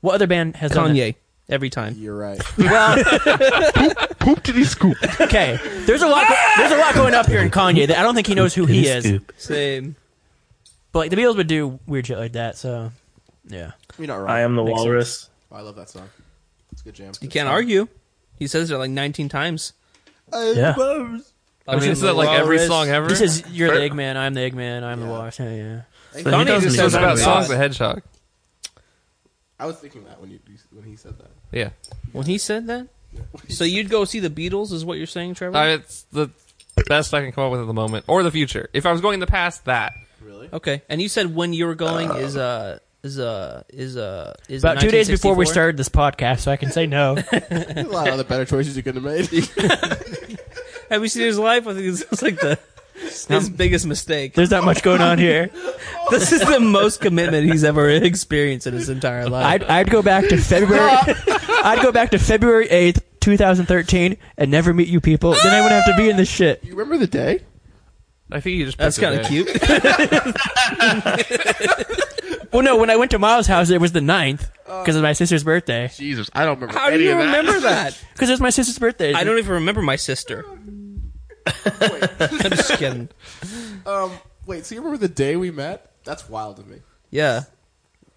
S3: What other band has done that?
S2: Kanye every time.
S1: You're right.
S7: Poop to the scoop.
S3: Okay, there's a lot. there's a lot going up here in Kanye. That I don't think he knows who he is.
S2: Same.
S3: But like the Beatles would do weird shit like that. So yeah,
S1: You're not right.
S4: I am the
S3: Makes
S4: walrus.
S1: Oh, I love that song. It's a good jam.
S2: You can't argue. He says it like 19 times.
S3: yeah.
S5: I mean, is that like every song ever?
S3: He says you're the
S5: Or-
S3: Eggman, I'm the Eggman, I'm the Walrus. Yeah, yeah.
S1: Thank
S5: Kanye
S1: you.
S2: doesn't
S5: just
S2: even
S5: says
S2: know
S5: about
S2: that.
S5: Sonic the Hedgehog.
S1: I was thinking that when you when he said that.
S5: Yeah,
S2: When he said that? So you'd go see the Beatles, is what you're saying, Trevor?
S5: I, it's the best I can come up with at the moment, or the future. If I was going in the past, that
S1: Really?
S2: okay. And you said when you were going is uh is uh is uh is
S3: About two days before
S2: 1964?
S3: we started this podcast, so I can say no.
S1: There's a lot of other better choices you could have made.
S2: Have you seen his life? I think it's, it's like the his biggest mistake.
S3: There's not much going on here.
S2: This is the most commitment he's ever experienced in his entire life.
S3: I'd, I'd go back to February. I'd go back to February eighth, two thousand thirteen, and never meet you people. Then I wouldn't have to be in this shit.
S1: you remember the day?
S5: I think you just
S2: That's
S5: picked a
S2: kind of
S5: day.
S2: cute.
S3: Well, no, when I went to Miles' house, it was the 9th
S2: Oh.
S3: because of my sister's birthday.
S7: Jesus, I don't remember
S2: How do
S7: any
S2: you
S7: of that.
S2: remember that?
S3: Because it was my sister's birthday.
S2: I don't even remember my sister. I'm just kidding.
S1: Um, wait. So you remember the day we met? That's wild to me.
S2: Yeah.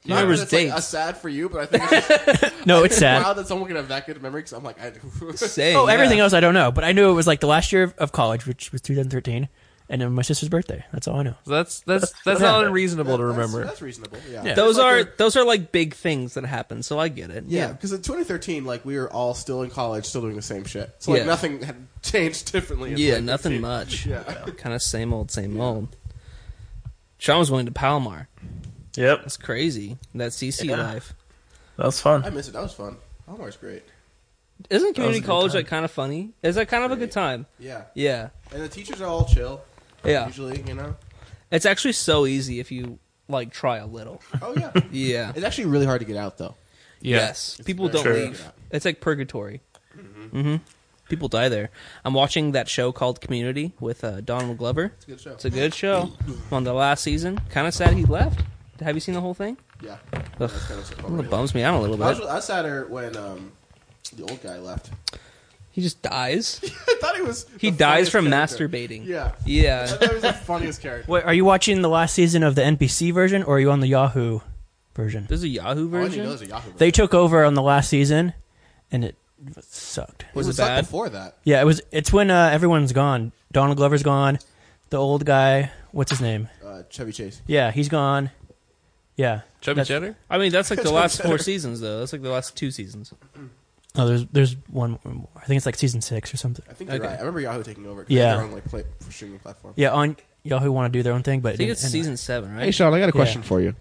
S1: Not
S2: remember
S1: that
S2: his
S1: it's like
S2: dates.
S1: a sad for you, but I think it's just
S3: No, it's sad.
S1: wild that someone can have that good memory. Because I'm like, I do.
S2: Same,
S3: Oh, everything
S2: yeah.
S3: else I don't know, but I knew it was like the last year of, of college, which was 2013, and then my sister's birthday. That's all I know.
S5: That's that's that's not unreasonable to remember.
S1: That's, that's reasonable. Yeah.
S3: Yeah.
S2: Those
S1: It's like
S2: are
S1: a-
S2: those are like big things that happen, so I get it.
S1: Yeah, because in 2013, like we were all still in college, still doing the same shit. So like
S2: Yeah.
S1: nothing had changed differently. in
S2: Yeah,
S1: 2013.
S2: nothing much.
S1: Yeah.
S2: Kind of same old, same old. Sean was going to Palomar.
S4: Yep,
S2: That's crazy. That CC life.
S4: that was fun.
S1: I miss it. That was fun. Homework's great.
S2: Isn't community college like kind of funny? Is that kind of a good time?
S1: Yeah.
S2: Yeah.
S1: And the teachers are all chill.
S2: Yeah.
S1: Usually, you know.
S2: It's actually so easy if you like try a little.
S1: Oh yeah.
S2: Yeah.
S1: it's actually really hard to get out though.
S5: Yeah.
S2: Yes. People
S1: very
S2: don't
S1: true.
S2: leave. It's like purgatory. hmm People die there. I'm watching that show called Community with uh, Donald Glover.
S1: It's a good show.
S2: It's a good show. I'm on the last season. Kind of sad he left. Have you seen the whole thing?
S1: yeah.
S2: Ugh.
S1: That's kind of
S2: Well, It
S1: surprising.
S2: bums me out a little
S1: I was,
S2: bit.
S1: I was sadder when um, the old guy left.
S2: He just dies.
S1: I thought he was.
S2: He
S1: the
S2: dies
S1: funniest
S2: from
S1: character.
S2: masturbating.
S1: Yeah. I
S2: Yeah.
S1: thought he was the funniest character.
S3: Wait, are you watching the last season of the NBC version, or are you on the Yahoo version?
S2: There's a Yahoo
S1: All I didn't know
S2: version.
S1: was a Yahoo.
S3: They took over on the last season, and it sucked.
S1: was,
S2: Was it
S1: was up
S2: bad?
S1: before that.
S3: Yeah, it was. It's when uh, everyone's gone. Donald Glover's gone. The old guy, what's his name?
S1: Uh, Chevy Chase.
S3: Yeah, he's gone. Yeah.
S5: Chubby
S3: That's-
S5: Cheddar?
S2: I mean, that's like the last four seasons, though. That's like the last two seasons.
S3: Oh, there's there's one more. I think it's like season six or something.
S1: I think you're
S2: Okay.
S1: right. I remember Yahoo taking over. 'cause
S3: Yeah.
S1: they're on like play, for streaming platform.
S3: Yeah, on Yahoo want to do their own thing, but
S2: I think it's
S3: and-
S2: season seven, right?
S7: Hey, Sean, I got a question
S3: Yeah.
S7: for you.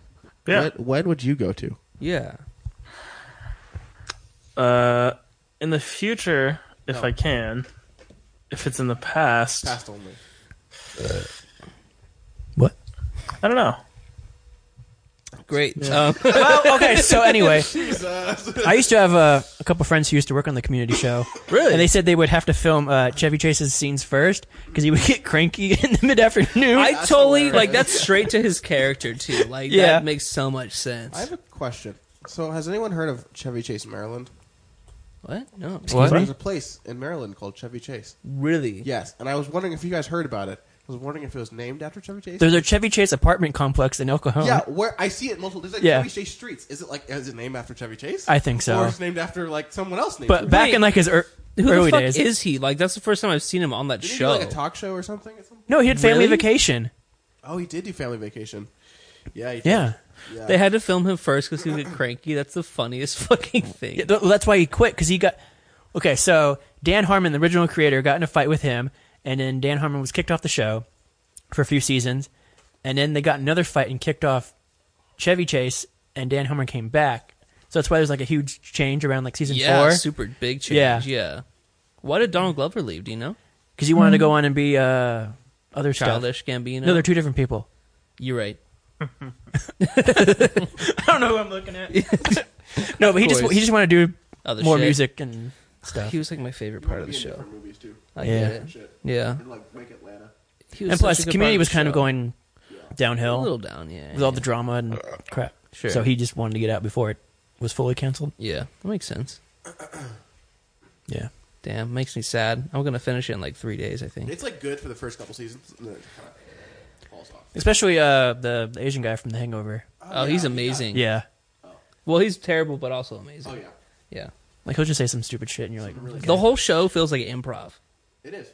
S4: Yeah.
S7: When, when would you go to?
S2: Yeah.
S4: Uh, in the future, if I can, if it's in the past,
S1: Past only.
S3: What?
S4: I don't know.
S2: Great. Um,
S3: well, okay. So anyway, I used to have uh, a couple friends who used to work on the community show. Really? And they said they would have to film uh, Chevy Chase's scenes first because he would get cranky in the mid afternoon.
S2: I
S1: That's
S2: totally
S1: hilarious.
S2: like that's straight to his character too. Like
S3: Yeah.
S2: that makes so much sense.
S1: I have a question. So, has anyone heard of Chevy Chase, Maryland?
S2: what? No.
S5: What?
S1: There's a place in Maryland called Chevy Chase.
S2: Really?
S1: Yes, and I was wondering if you guys heard about it. I was wondering if it was named after Chevy Chase.
S3: There's a Chevy Chase apartment complex in Oklahoma.
S1: yeah, where I see it multiple. There's like
S3: Yeah.
S1: Chevy Chase streets. Is it like is it named after Chevy Chase?
S3: I think so.
S1: Or it's named after like someone else named.
S3: But
S1: it.
S3: back in like his er-
S2: Who
S3: early
S2: the fuck
S3: days,
S2: is he? Like that's the first time I've seen him on that
S1: Did he do,
S2: show.
S1: like a talk show or something? At some-
S3: no, he had family
S2: Really?
S3: vacation.
S1: Oh, he did do Family Vacation. Yeah, he did.
S3: Yeah.
S1: yeah.
S2: they had to film him first because he would get cranky. That's the funniest fucking thing.
S3: Yeah, th- that's why he quit because he got okay. So Dan Harmon, the original creator, got in a fight with him, and then Dan Harmon was kicked off the show for a few seasons, and then they got another fight and kicked off Chevy Chase, and Dan Harmon came back. So that's why there's like a huge change around like season
S2: yeah,
S3: four. 'Cause four
S2: super big change.
S3: Yeah.
S2: Yeah. Why did Donald Glover leave? Do you know?
S3: because he wanted to go on and be uh,
S2: Mm-hmm.
S3: other
S2: Childish Gambino.
S3: Stuff. No, they're two different people.
S2: You're right.
S3: I don't know who I'm looking at. no, but he just
S2: course.
S3: he just wanted to do
S2: Other
S3: more
S2: shit.
S3: music and stuff.
S2: He was like my favorite part of the
S1: Be in
S2: show.
S1: different movies too.
S2: I
S3: Yeah.
S2: get it.
S1: Shit.
S2: Yeah.
S1: And, like make Atlanta.
S2: He
S3: And
S2: such
S3: plus,
S2: a
S3: the
S2: good part
S3: community was
S2: the
S3: kind of
S2: show.
S3: going
S2: a
S3: downhill.
S2: little down. Yeah.
S3: with all
S2: yeah.
S3: the drama and crap.
S2: Sure.
S3: So he just wanted to get out before it was fully canceled.
S2: Yeah, that makes sense.
S3: Yeah.
S2: Damn, makes me sad. I'm gonna finish it in like three days, I think.
S1: It's like good for the first couple seasons. And then it kind of falls off.
S3: Especially uh, the, the Asian guy from The Hangover.
S2: Oh, he's amazing.
S3: Yeah.
S2: Well, he's terrible, but also amazing.
S1: Oh yeah,
S2: Yeah.
S3: Like he'll just say some stupid shit, and you're like,
S2: The whole show feels like improv.
S1: it is.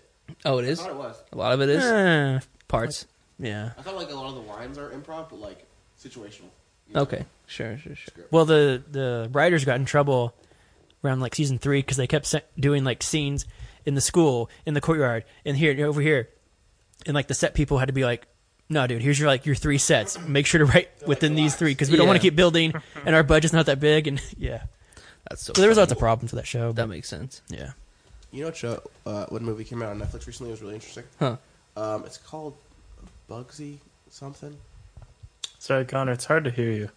S2: Oh, it
S1: I
S2: is.
S1: thought it was.
S2: A lot of it is
S3: Eh,
S2: parts.
S3: yeah.
S1: I thought like a lot of the lines are improv, but like situational. You know?
S2: Okay. Sure. Sure. Sure.
S3: Well, the the writers got in trouble around like season three because they kept se- doing like scenes in the school, in the courtyard, and here, and over here, and like the set people had to be like. No, dude. Here's your like your three sets. Make sure to write within these three because we don't
S2: Yeah.
S3: want to keep building, and our budget's not that big. And yeah,
S2: That's so.
S3: so there was
S2: funny.
S3: lots of problems with that show.
S2: That
S3: But,
S2: makes sense.
S3: yeah,
S1: You know what show? Uh, what movie came out on Netflix recently? It was really interesting.
S2: Huh.
S1: Um, it's called Bugsy something.
S4: Sorry, Connor, it's hard to hear you.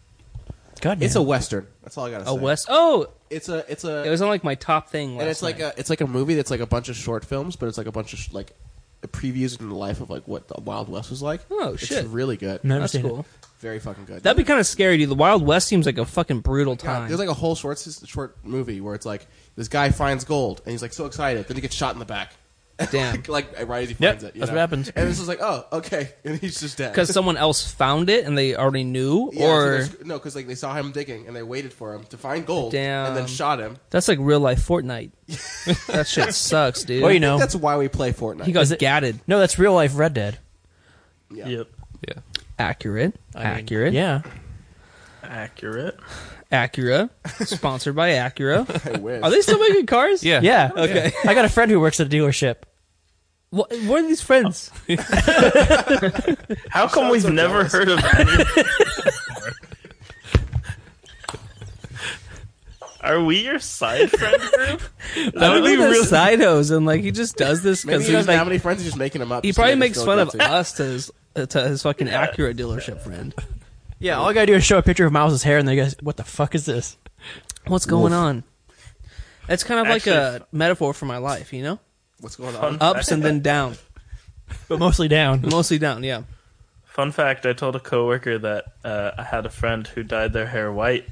S3: God,
S1: It's a western. That's all I gotta say.
S2: A West. Oh,
S1: It's a. It's a.
S2: it was on like my top thing. Last
S1: and it's like
S2: night.
S1: a. It's like a movie that's like a bunch of short films, but it's like a bunch of sh- like previews in the life of like what the Wild West was like.
S2: Oh, shit.
S1: It's really good.
S3: Never
S2: That's
S3: seen it.
S2: cool.
S1: Very fucking good.
S2: That'd be kind of scary, dude. The Wild West seems like a fucking brutal
S1: Yeah,
S2: time.
S1: there's like a whole short short movie where it's like this guy finds gold and he's like so excited, then he gets shot in the back.
S2: Damn.
S1: like, like right as he
S3: Yep,
S1: finds it. you
S3: that's
S1: know?
S3: what happens.
S1: And this is like, oh, okay, and he's just dead.
S2: because someone else found it and they already knew,
S1: Yeah, so
S2: or
S1: they're sc- no, because like they saw him digging and they waited for him to find gold and then
S2: Damn.
S1: shot him.
S2: that's like real life Fortnite. that shit sucks, dude.
S3: Well, you
S1: I
S3: know,
S1: think that's why we play Fortnite.
S2: he got gatted.
S3: no, that's real life Red Dead.
S1: yeah.
S4: Yep.
S5: Yeah.
S2: Accurate, accurate,
S3: Yeah,
S4: Accurate.
S2: Acura. Sponsored by Acura.
S1: I wish.
S2: Are they still making cars?
S5: Yeah.
S3: yeah. Okay. I got a friend who works at a dealership.
S2: What, what are these friends?
S4: How come we've never heard of any? Are we your side friend group? Is that
S2: I don't
S4: what
S2: think
S4: we
S2: they're
S4: really-
S2: sidos, and like he just to
S3: Does this
S1: Maybe he
S2: because he's
S1: doesn't
S2: like
S1: have any friends. He's just making them up.
S2: he
S1: just to
S2: probably
S1: make
S2: makes
S1: feel
S2: fun of
S1: guilty.
S2: us to his uh, to his fucking Acura dealership friend.
S3: Yeah, all I gotta do is show a picture of Miles' hair, and they go, "What the fuck is this?"
S2: What's going on? That's kind of like
S4: Actually,
S2: a metaphor for my life, you know,
S1: What's going on?
S2: ups and then down,
S3: But mostly down.
S2: mostly down. Yeah.
S4: Fun fact: I told a coworker that uh, I had a friend who dyed their hair white,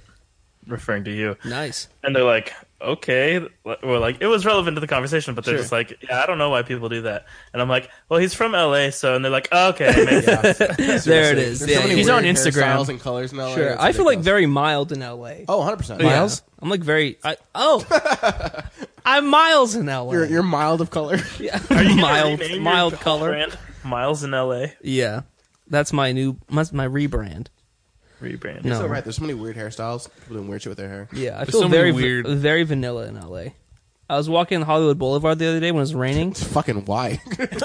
S4: referring to you,
S2: Nice.
S4: and they're like, "Okay," well, like it was relevant to the conversation, but they're just like, "Yeah, I don't know why people do that," and I'm like, "Well, he's from LA, so," and they're like, "Oh, "Okay." it makes sense."
S2: There it is.
S1: There's
S2: Yeah,
S1: so many
S3: he's
S1: weird
S3: on Instagram.
S1: hairstyles and colors in LA.
S2: Sure.
S1: It's
S2: I feel like
S1: ridiculous.
S2: very mild in LA.
S1: Oh, 100 percent.
S2: Yeah. I'm like very. I, oh, I'm miles in LA.
S1: You're, you're mild of color.
S2: Yeah.
S4: Are you gonna
S2: mild,
S4: rename your
S2: mild color.
S4: brand Miles in LA.
S2: Yeah, that's my new that's my rebrand.
S4: rebrand.
S2: No.
S1: So right, there's so many weird hairstyles. People doing weird shit with their hair.
S2: Yeah, I
S5: There's
S2: feel
S5: so many
S2: very
S5: weird-
S2: very vanilla in LA. I was walking Hollywood Boulevard the other day when it was raining.
S1: It's fucking why.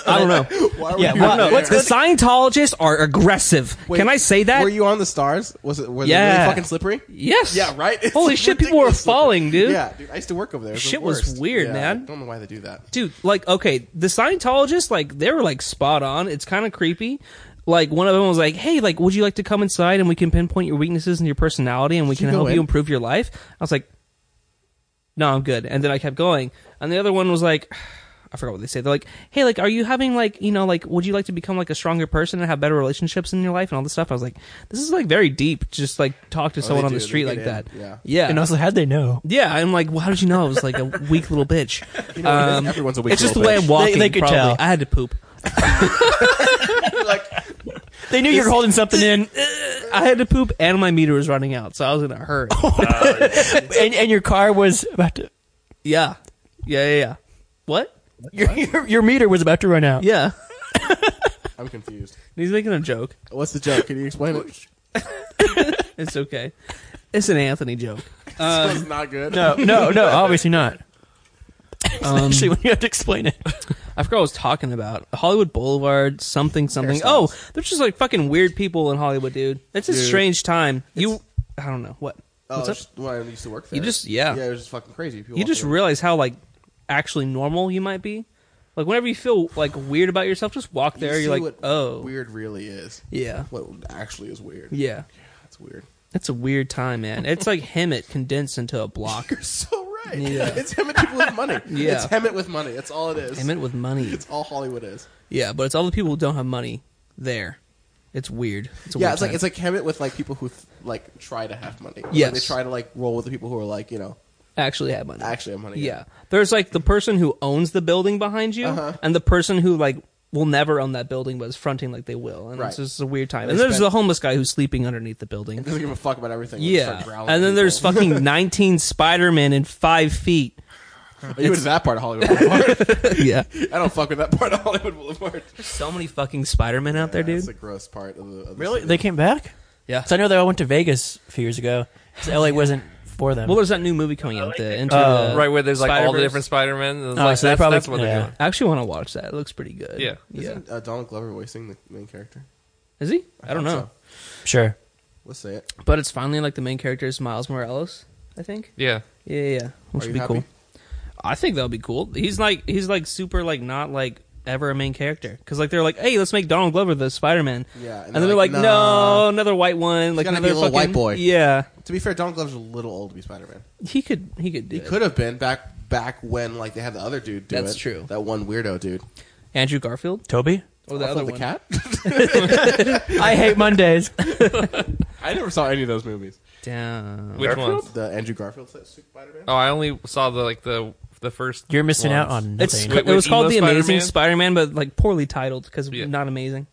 S2: I don't know.
S1: why were
S2: yeah,
S1: you
S2: well,
S1: out
S2: no,
S1: there?
S2: the Scientologists are aggressive.
S1: Wait,
S2: Can I say that?
S1: Were you on the stars? Was it? Were they
S2: Yeah.
S1: really fucking slippery?
S2: yes.
S1: Yeah, right. It's
S2: Holy shit, people were
S1: ridiculous slippery.
S2: falling, dude.
S1: Yeah, dude. I used to work over there. It was the
S2: Shit was
S1: worst.
S2: weird,
S1: Yeah,
S2: man.
S1: I don't know why they do that.
S2: dude like okay the scientologists like they were like spot on it's kind of creepy like one of them was like hey like would you like to come inside and we can pinpoint your weaknesses and your personality and we can
S1: you go
S2: help you
S1: in?
S2: improve your life i was like no i'm good and then i kept going and the other one was like i forgot what they said they're like hey like are you having like you know like would you like to become like a stronger person and have better relationships in your life and all this stuff i was like this is like very deep to just like talk to someone on
S1: do.
S2: the
S1: Oh, They
S2: street
S1: get
S2: like
S1: in.
S2: that
S1: Yeah.
S2: yeah
S3: And also, how'd they know?
S2: yeah, I'm like, well, how did you know I was like a weak little bitch? Um,
S1: Everyone's a weak
S2: It's just the
S1: little
S2: way I'm
S1: bitch.
S2: walking.
S3: They- they could
S2: probably.
S3: tell.
S2: I had to poop.
S1: like,
S3: They knew you were holding something in,
S2: I had to poop, and my meter was running out, so I was in a hurry.
S1: Oh.
S3: and, and your car was about to.
S2: yeah, yeah, yeah. yeah. What?
S3: Your, your, your meter was about to run out.
S2: Yeah,
S1: I'm confused.
S2: he's making a joke.
S1: What's the joke? Can you explain it? This
S2: It's okay. It's an Anthony joke. Uh,
S1: was not good.
S3: No, no, no, obviously not. Especially when you have to explain it.
S2: I forgot what I was talking about. Hollywood Boulevard, something, something. Oh, there's just like fucking weird people in Hollywood, dude. It's a
S1: Dude.
S2: strange time. You, I don't know what.
S1: Oh,
S2: What's up?
S1: it's just why I used to work there.
S2: You just- yeah.
S1: Yeah, it was just fucking crazy. People
S2: you just
S1: walking
S2: realize how like actually normal you might be. Like whenever you feel like weird about yourself, just walk
S1: around. You
S2: there.
S1: see
S2: You are like,
S1: what
S2: oh,
S1: weird really is.
S2: yeah,
S1: What actually is weird.
S2: yeah.
S1: That's weird.
S2: It's a weird time, man. It's like Hemet condensed into a block.
S1: You're so right.
S2: Yeah.
S1: It's Hemet people with money.
S2: Yeah.
S1: It's Hemet with money. That's all it is.
S2: Hemet with money.
S1: It's all Hollywood is.
S2: Yeah, but it's all the people who don't have money there. It's weird. It's a
S1: yeah,
S2: weird
S1: it's like
S2: time.
S1: it's like Hemet with like people who th- like try to have money. Like,
S2: Yes.
S1: they try to like roll with the people who are like you know
S2: actually have money.
S1: actually have money.
S2: yeah. There's like the person who owns the building behind you,
S1: Uh-huh.
S2: and the person who like will never own that building, but is fronting like they will, and
S1: Right.
S2: it's just a weird time.
S1: And
S2: And
S1: they
S2: there's
S1: spend-
S2: the homeless guy who's sleeping underneath the building.
S1: doesn't give a fuck about everything. They just
S2: Yeah,
S1: start growling
S2: and
S1: at
S2: then there's
S1: people.
S2: fucking 19 Spider-Man in five feet.
S1: Are you into that part of Hollywood Boulevard?
S2: Yeah,
S1: I don't fuck with that part of Hollywood Boulevard.
S2: so many fucking Spider-Man out there,
S1: That's
S2: dude.
S1: the gross part of the. Of the
S3: Really?
S1: city.
S3: They came back?
S2: yeah.
S3: So I know they all went to Vegas a few years ago. 'cause LA wasn't for them.
S2: Well, there's that new movie coming out, the Into
S3: Oh.
S2: the
S5: Uh, right where there's like all the
S2: Spider-Verse.
S5: different Spider-Men. and it's
S3: Oh,
S5: like,
S3: so they
S5: that's,
S3: probably-
S5: that's what
S3: yeah.
S5: they're doing.
S2: I actually want to watch that. It looks pretty good.
S5: Yeah.
S2: yeah.
S1: Isn't uh, Donald Glover voicing the main character?
S2: Is he? I don't
S1: thought
S2: know,
S3: sure.
S1: Let's say it.
S2: but it's finally like the main character is Miles Morales. I think.
S5: Yeah.
S2: Yeah, yeah, yeah. which
S1: Are
S2: would
S1: you
S2: be
S1: happy?
S2: cool. I think that'll be cool. He's like he's like super like not like ever a main character because like they're like hey let's make Donald Glover the Spider Man
S1: Yeah,
S2: and, then they're like, no
S1: nah.
S2: another white one like
S1: gotta be
S2: another
S1: a little white
S2: fucking-
S1: boy.
S2: yeah
S1: To be fair, Donald Glover's a little old to be Spider Man.
S2: he could he could do
S1: He
S2: it.
S1: could have been back back when like they had the other dude do
S2: That's
S1: it.
S2: true. Oh,
S1: That one weirdo dude.
S2: Andrew Garfield
S3: Toby?
S2: or
S1: Also the cat.
S3: I hate Mondays.
S1: I never saw any of those movies.
S2: Damn.
S5: Which ones?
S1: The Andrew Garfield Spider Man.
S5: Oh, I only saw the like the the first.
S3: You're missing out
S5: ones.
S3: on
S2: It's,
S3: nothing.
S5: Wait,
S2: it
S5: wait,
S2: was
S5: Emo
S2: called The Amazing
S5: Spider-Man?
S2: Spider-Man, but like poorly titled because
S5: Yeah.
S2: not amazing.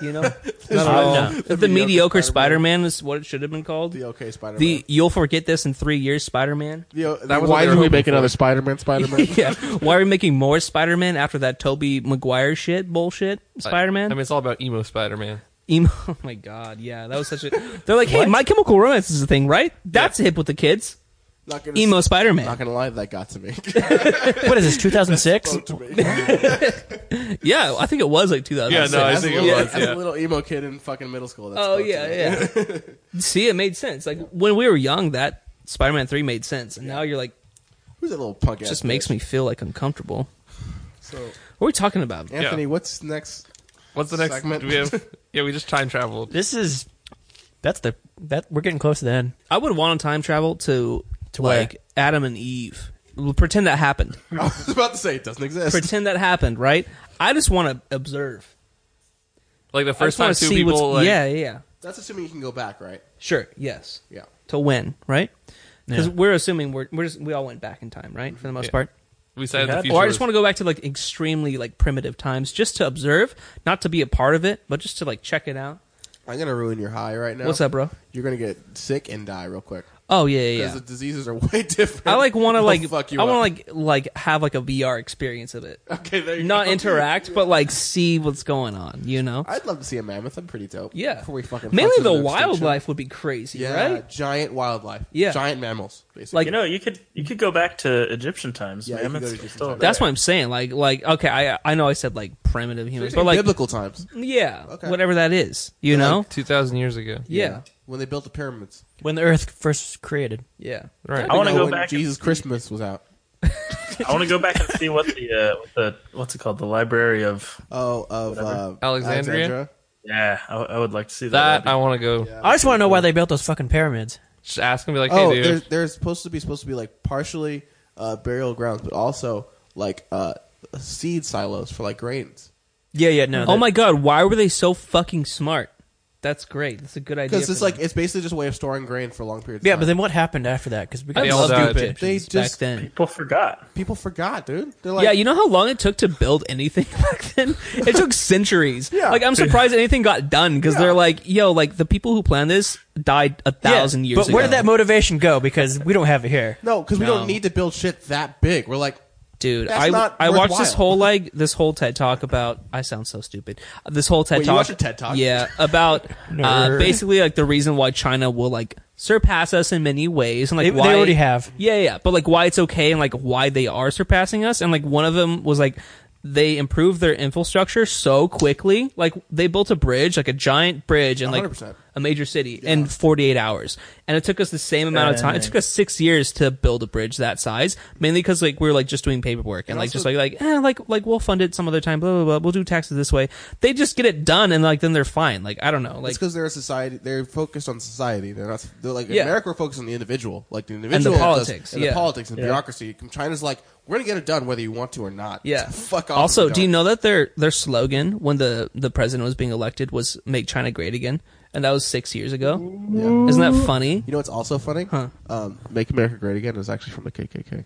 S2: You know, not at
S1: not-
S2: all.
S1: no.
S2: If
S1: The
S2: the mediocre
S1: mediocre
S2: Spider-Man. is what it should have been called.
S1: The okay Spider Man.
S2: The you'll forget this in three years, Spider-Man.
S5: That was what
S1: why
S5: they
S1: did
S5: were
S1: we
S5: hoping
S1: make
S5: for.
S1: uh, another Spider Man? Spider Man.
S2: yeah, why are we making more Spider-Man after that Toby Maguire shit bullshit? Spider-Man,
S5: I mean, it's all about emo Spider-Man.
S2: emo. Oh my god, yeah, that was such a. They're like, hey, My Chemical Romance is a thing, right? That's hip with the kids.
S1: Not gonna
S2: Emo Spider-Man.
S1: Not gonna lie, that got to me.
S3: what is this, 2006?
S1: to me.
S2: yeah, I think it was like 2000.
S5: Yeah, no, I
S1: As a
S5: think it
S1: little-
S5: was.
S1: As
S5: Yeah.
S1: a little emo kid in fucking middle school. That's
S2: Oh yeah, yeah. See, it made sense. Like when we were young, that Spider-Man Three made sense, and now you're like,
S1: Who's that little punk
S2: it
S1: ass?
S2: just makes
S1: bitch?
S2: me feel like uncomfortable.
S1: So,
S2: What are we talking about?
S1: Anthony, what's next?
S5: What's the next?
S1: Segment.
S5: Do we have? Yeah, we just time traveled.
S3: This is. That's the. that We're getting close to the end.
S2: I would want to time travel to to
S3: where?
S2: like Adam and Eve. Well, Pretend that happened.
S1: I was about to say it doesn't exist.
S2: Pretend that happened. Right? I just want to observe.
S5: Like the
S2: I just
S5: first time
S2: wanna
S5: two
S2: see what's-
S5: people. Like,
S2: yeah, yeah, yeah.
S1: That's assuming you can go back, right?
S2: Sure. Yes.
S1: Yeah.
S2: To win, right? Because
S3: Yeah.
S2: we're assuming we're, we're just, we all went back in time, right? For the most part.
S5: We said
S3: Yeah.
S5: the future.
S2: or I just
S5: was-
S2: want to go back to like extremely like primitive times, just to observe, not to be a part of it, but just to like check it out.
S1: I'm gonna ruin your high right now.
S2: What's up, bro?
S1: you're gonna get sick and die real quick
S2: Oh yeah, yeah.
S1: because
S2: yeah.
S1: the diseases are way different.
S2: I like want to
S1: They'll
S2: like
S1: fuck you
S2: I want to
S1: up.
S2: like like have like a VR experience of it.
S1: okay, there you
S2: Not
S1: go.
S2: interact, but like see what's going on. You know?
S1: I'd love to see a mammoth. I'm pretty dope.
S2: Yeah.
S1: Before we fucking
S2: mainly
S1: punch
S2: the
S1: them to extinction.
S2: wildlife would be crazy,
S1: Yeah,
S2: right?
S1: giant wildlife.
S2: Yeah.
S1: giant mammals. Basically.
S2: Like
S4: You know, you could you could go back to Egyptian times.
S1: Yeah, you can go to
S4: Mammoths were
S1: Egyptian
S4: still
S1: times.
S2: that's what I'm saying. Like like okay, I I know I said like primitive humans, but like
S1: biblical times.
S2: yeah,
S1: Okay.
S2: whatever that is, you know?
S5: two thousand years ago.
S2: yeah.
S1: When they built the pyramids.
S3: when the Earth first created.
S2: Yeah.
S5: Right.
S4: I want to
S1: You know,
S4: go
S1: when
S4: back.
S1: Jesus Christmas was out.
S4: I want to go back and see what the uh, what the what's it called? The Library of
S1: Oh, of uh,
S4: Whatever.
S5: Alexandria?
S4: yeah. I, I would like to see that.
S5: That I want to go
S1: Yeah.
S3: I just want to know why they built those fucking pyramids.
S5: just ask and be like, hey,
S1: Oh,
S5: dude.
S1: there's, there's supposed to be supposed to be like partially uh, burial grounds, but also like uh, seed silos for like grains.
S3: Yeah, yeah, no.
S2: Oh my god, why were they so fucking smart? That's great. That's a good idea.
S1: Because
S2: for
S1: it's like
S2: them.
S1: it's basically just a way of storing grain for a long period. Of
S3: Yeah,
S1: time.
S3: but then what happened after that? Because we
S2: I
S3: got
S2: love
S5: all
S2: the
S5: died.
S2: Egyptians
S1: They
S2: back
S1: just-
S2: then.
S4: People forgot.
S1: people forgot, dude. They're like,
S2: yeah, you know how long it took to build anything back then? It took centuries.
S1: Yeah.
S2: Like, I'm surprised anything got done because they're like, yo, like, the people who planned this died a thousand years
S3: But
S2: ago.
S3: where did that motivation go? Because we don't have it here.
S1: no, because we
S2: No.
S1: don't need to build shit that big. We're like,
S2: Dude,
S1: That's
S2: I,
S1: not
S2: I watched this
S1: worthwhile.
S2: whole, like, this whole TED talk about. I sound so stupid. This whole TED
S1: Wait, you
S2: talk.
S1: watched a TED Talk?
S2: Yeah, about uh,
S3: Nerd.
S2: basically, like, the reason why China will, like, surpass us in many ways and like
S3: They- they
S2: why
S3: already have.
S2: Yeah, yeah. But like why it's okay and like why they are surpassing us. And like one of them was like they improved their infrastructure so quickly. Like they built a bridge, like a giant bridge in like
S1: 100%.
S2: a major city in 48 hours. And it took us the same amount of time. It took us six years to build a bridge that size, mainly because like we were like just doing paperwork and, like just like, like, eh, like, like we'll fund it some other time, blah, blah, blah. We'll do taxes this way. They just get it done and like then they're fine. Like, I don't know. Like,
S1: it's because they're a society. They're focused on society. They're not. They're like in
S2: Yeah.
S1: America. We're focused on the individual, like the individual does-
S2: politics,
S1: and
S2: yeah.
S1: the politics and bureaucracy. China's like, we're gonna get it done whether you want to or not.
S2: Yeah.
S1: fuck off.
S2: Also,
S1: if
S2: do you
S1: don't.
S2: know that their their slogan when the the president was being elected was "Make China Great Again," and that was six years ago.
S1: Yeah.
S2: Isn't that funny?
S1: You know what's also funny? Um, Make America Great Again is actually from the KKK.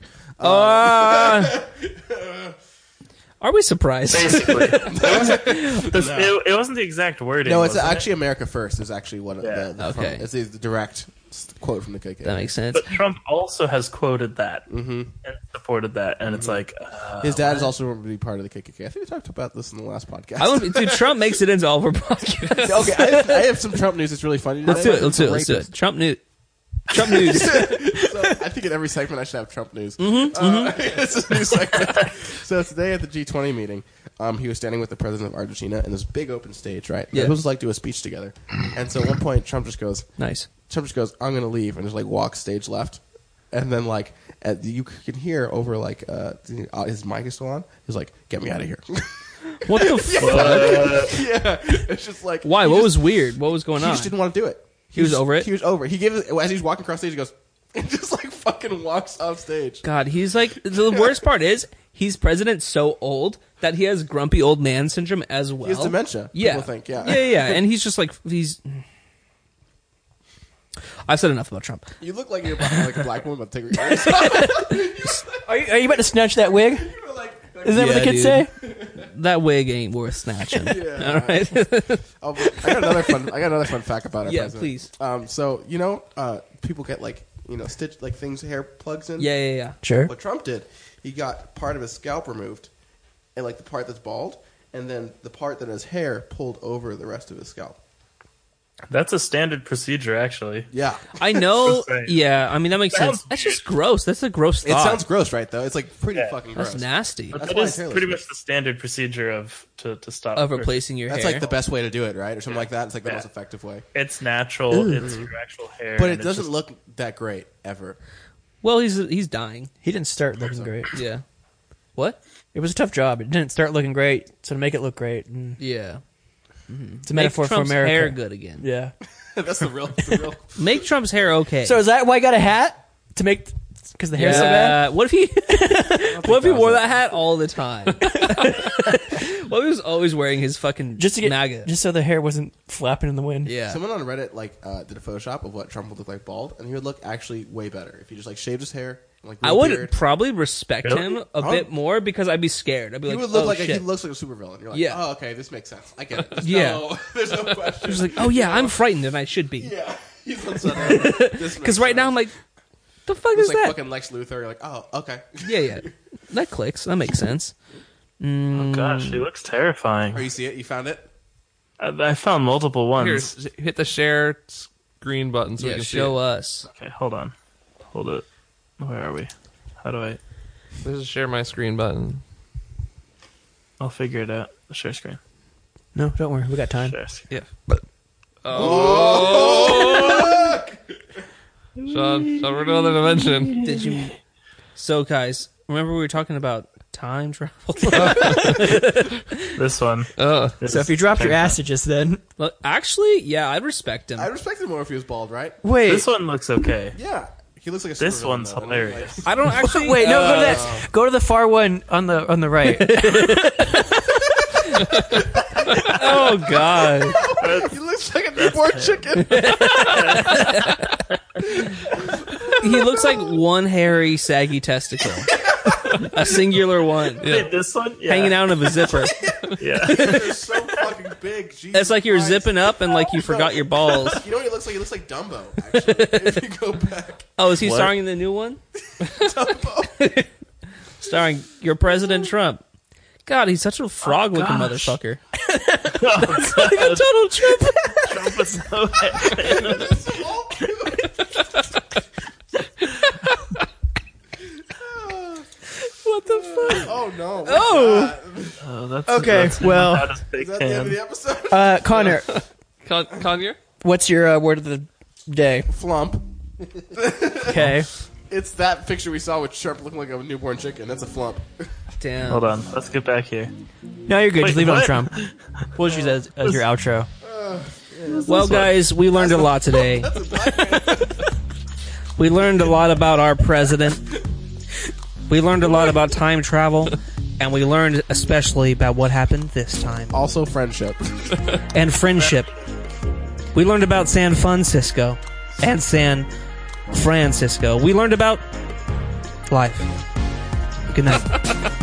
S2: Are we surprised?
S4: Basically, it, was, it, it wasn't the exact wording.
S1: No, it's
S4: was it?
S1: actually America First is actually what
S4: Yeah.
S1: the, the
S2: Okay.
S1: from, it's the direct s- quote from the KKK.
S2: that makes sense.
S4: But Trump also has quoted that
S1: Mm-hmm.
S4: and supported that, and it's like uh,
S1: His dad is also going to be part of the KKK. I think we talked about this in the last podcast.
S2: I don't, dude, Trump makes it into all of our podcasts.
S1: okay, I have, I have some Trump news. that's really funny.
S2: Let's do it. Let's do it. Let's do it. Trump news. Trump news.
S1: so I think in every segment I should have Trump news.
S2: Mm-hmm,
S1: Uh, it's a new segment. so today at the G20 meeting, um, he was standing with the president of Argentina in this big open stage, right?
S2: Yeah.
S1: It was like do a speech together. And so at one point, Trump just goes,
S2: nice.
S1: Trump just goes, "I'm gonna leave," and just like walks stage left, and then like at, you can hear over like uh, the- uh, his mic is still on. He's like, "Get me out of here!"
S2: What the fuck?
S1: yeah, it's just like
S2: Why?
S1: he
S2: What
S1: just-
S2: was weird? What was going
S1: He
S2: on?
S1: just didn't want to do it.
S2: He was over it?
S1: He was over. it. He gives as he's walking across stage. He goes and just like fucking walks off stage.
S2: God, he's like the worst part is he's president so old that he has grumpy old man syndrome as well.
S1: He has dementia.
S2: Yeah,
S1: people think. Yeah,
S2: yeah, yeah. And he's just like he's. I've said enough about Trump.
S1: You look like you're about to, like a black woman, but take your ears.
S3: Are you, are you about to snatch that wig?
S1: You're like, like,
S3: Is that what
S2: Yeah,
S3: the kids
S2: dude.
S3: say?
S2: That wig ain't worth snatching.
S1: Yeah.
S2: All right.
S1: Oh, but I got another fun. I got another fun fact about our
S2: Yeah,
S1: president.
S2: please.
S1: Um, so you know, uh, people get like you know stitch like things hair plugs in.
S2: yeah, yeah, yeah.
S3: Sure.
S1: What Trump did, he got part of his scalp removed, and like the part that's bald, and then the part that has hair pulled over the rest of his scalp.
S4: that's a standard procedure. Actually,
S1: Yeah.
S2: I know.
S4: Just saying.
S2: Yeah, I mean that makes
S4: Sounds
S2: sense. That's just gross. That's a gross
S1: It
S2: thought.
S1: sounds gross, right? Though it's like pretty
S4: Yeah.
S1: fucking gross.
S2: That's nasty.
S4: but
S1: That's
S4: that
S1: why
S4: is
S1: it's hairless.
S4: pretty much the standard procedure of to, to stop
S2: Of replacing your
S1: That's
S2: hair.
S1: like the best way to do it, right, or something like that. It's like the
S4: Yeah.
S1: most effective way,
S4: It's natural. It's your actual hair,
S1: Mm-hmm. but
S4: and
S1: it
S4: it's
S1: doesn't
S4: just-
S1: look that great ever.
S2: well, he's he's dying.
S3: He didn't start looking great.
S2: Yeah. What?
S3: It was a tough job. It didn't start looking great, so to make it look great, and
S2: Yeah.
S3: it's a metaphor
S2: Make Trump's
S3: for America.
S2: hair good again.
S3: Yeah.
S1: that's the real. The real
S2: Make Trump's hair okay.
S3: So is that why I got a hat to make? Because the hair's so bad.
S2: Uh, what if he? what if he wore that hat all the time? what if he was always wearing his fucking
S3: Just to get
S2: MAGA?
S3: just so the hair wasn't flapping in the wind.
S2: yeah.
S1: Someone on Reddit like uh, did a Photoshop of what Trump would look like bald, and he would look actually way better if he just like shaved his hair. And, like,
S2: I
S1: grew a
S2: would
S1: beard.
S2: probably respect
S4: Really?
S2: him a
S1: Huh?
S2: bit more because I'd be scared. I'd be
S1: He
S2: like,
S1: would look
S2: oh,
S1: like a,
S2: shit.
S1: he looks like a supervillain. You're like,
S2: Yeah.
S1: oh okay, this makes sense. I get it. There's
S2: Yeah.
S1: no, there's no question.
S2: He's like, oh yeah, I'm frightened and I should be.
S1: yeah, He's on Sunday.
S2: Because right now I'm like, the fuck
S1: it's
S2: is
S1: like
S2: that?
S1: fucking Lex Luthor. You're like, oh, okay.
S2: Yeah, yeah. That clicks. That makes sense.
S4: Oh gosh, she looks
S1: Oh,
S4: terrifying.
S1: you see it? You found it?
S4: I, Uh, I found multiple ones.
S5: Here, s- hit the share screen button so we
S2: yeah,
S5: can
S2: show
S5: see.
S2: us.
S4: Okay, hold on. Hold it. Where are we? How do I?
S5: It. There's a share my screen button.
S4: I'll figure it out. Share screen.
S3: No, don't worry. We got time.
S4: Share screen.
S5: Yeah. Oh. Sean, Sean, we're in another dimension.
S2: Did you? So guys, remember we were talking about time travel?
S4: This one.
S5: Oh.
S4: This
S3: So if you
S4: is
S3: dropped your
S4: terrifying.
S3: ass, it just then.
S2: Look, actually, yeah, I'd respect him.
S1: I respect him more if he was bald, right?
S3: Wait.
S4: this one looks okay.
S1: Yeah. He looks like a
S4: This
S1: supervillain,
S4: one's
S1: though.
S4: hilarious.
S2: I don't actually.
S3: Wait, no, go to
S2: uh,
S3: that. Go to the far one on the on the right.
S2: Oh god.
S1: he looks like a newborn chicken.
S2: he looks like one hairy, saggy testicle, a singular one,
S4: Wait, this one yeah.
S2: hanging out of a zipper.
S4: Yeah,
S1: They're so fucking big. Jesus
S2: It's like you're
S1: Christ.
S2: zipping up and like you forgot your balls.
S1: You know what he looks like? He looks like Dumbo, actually. if you go back.
S2: Oh, is he
S4: What?
S2: starring in the new one? starring your President Trump. God, he's such a frog-looking
S4: gosh.
S2: motherfucker.
S4: Oh,
S2: like a total Trump.
S4: Trump was so
S2: What the fuck?
S1: Oh, no.
S2: Oh,
S4: oh, that's,
S3: Okay,
S4: that's him
S3: well-
S4: without his big
S1: Is that the end of
S4: hand.
S1: the episode?
S3: Uh, Connor,
S5: Con- Conyer?
S3: what's your uh, word of the day?
S1: Flump.
S3: Okay.
S1: It's that picture we saw with Sharp looking like a newborn chicken. That's a flump.
S2: damn.
S4: Hold on, let's get back here.
S3: No, you're good.
S4: Wait,
S3: just leave it on
S4: what?
S3: Trump. We'll use that as, as your outro.
S2: Well, guys, we learned a lot today. we learned a lot about our president. We learned a lot about time travel. And we learned especially about what happened this time.
S1: Also, friendship.
S2: And friendship. We learned about San Francisco and San Francisco. We learned about life. Good night.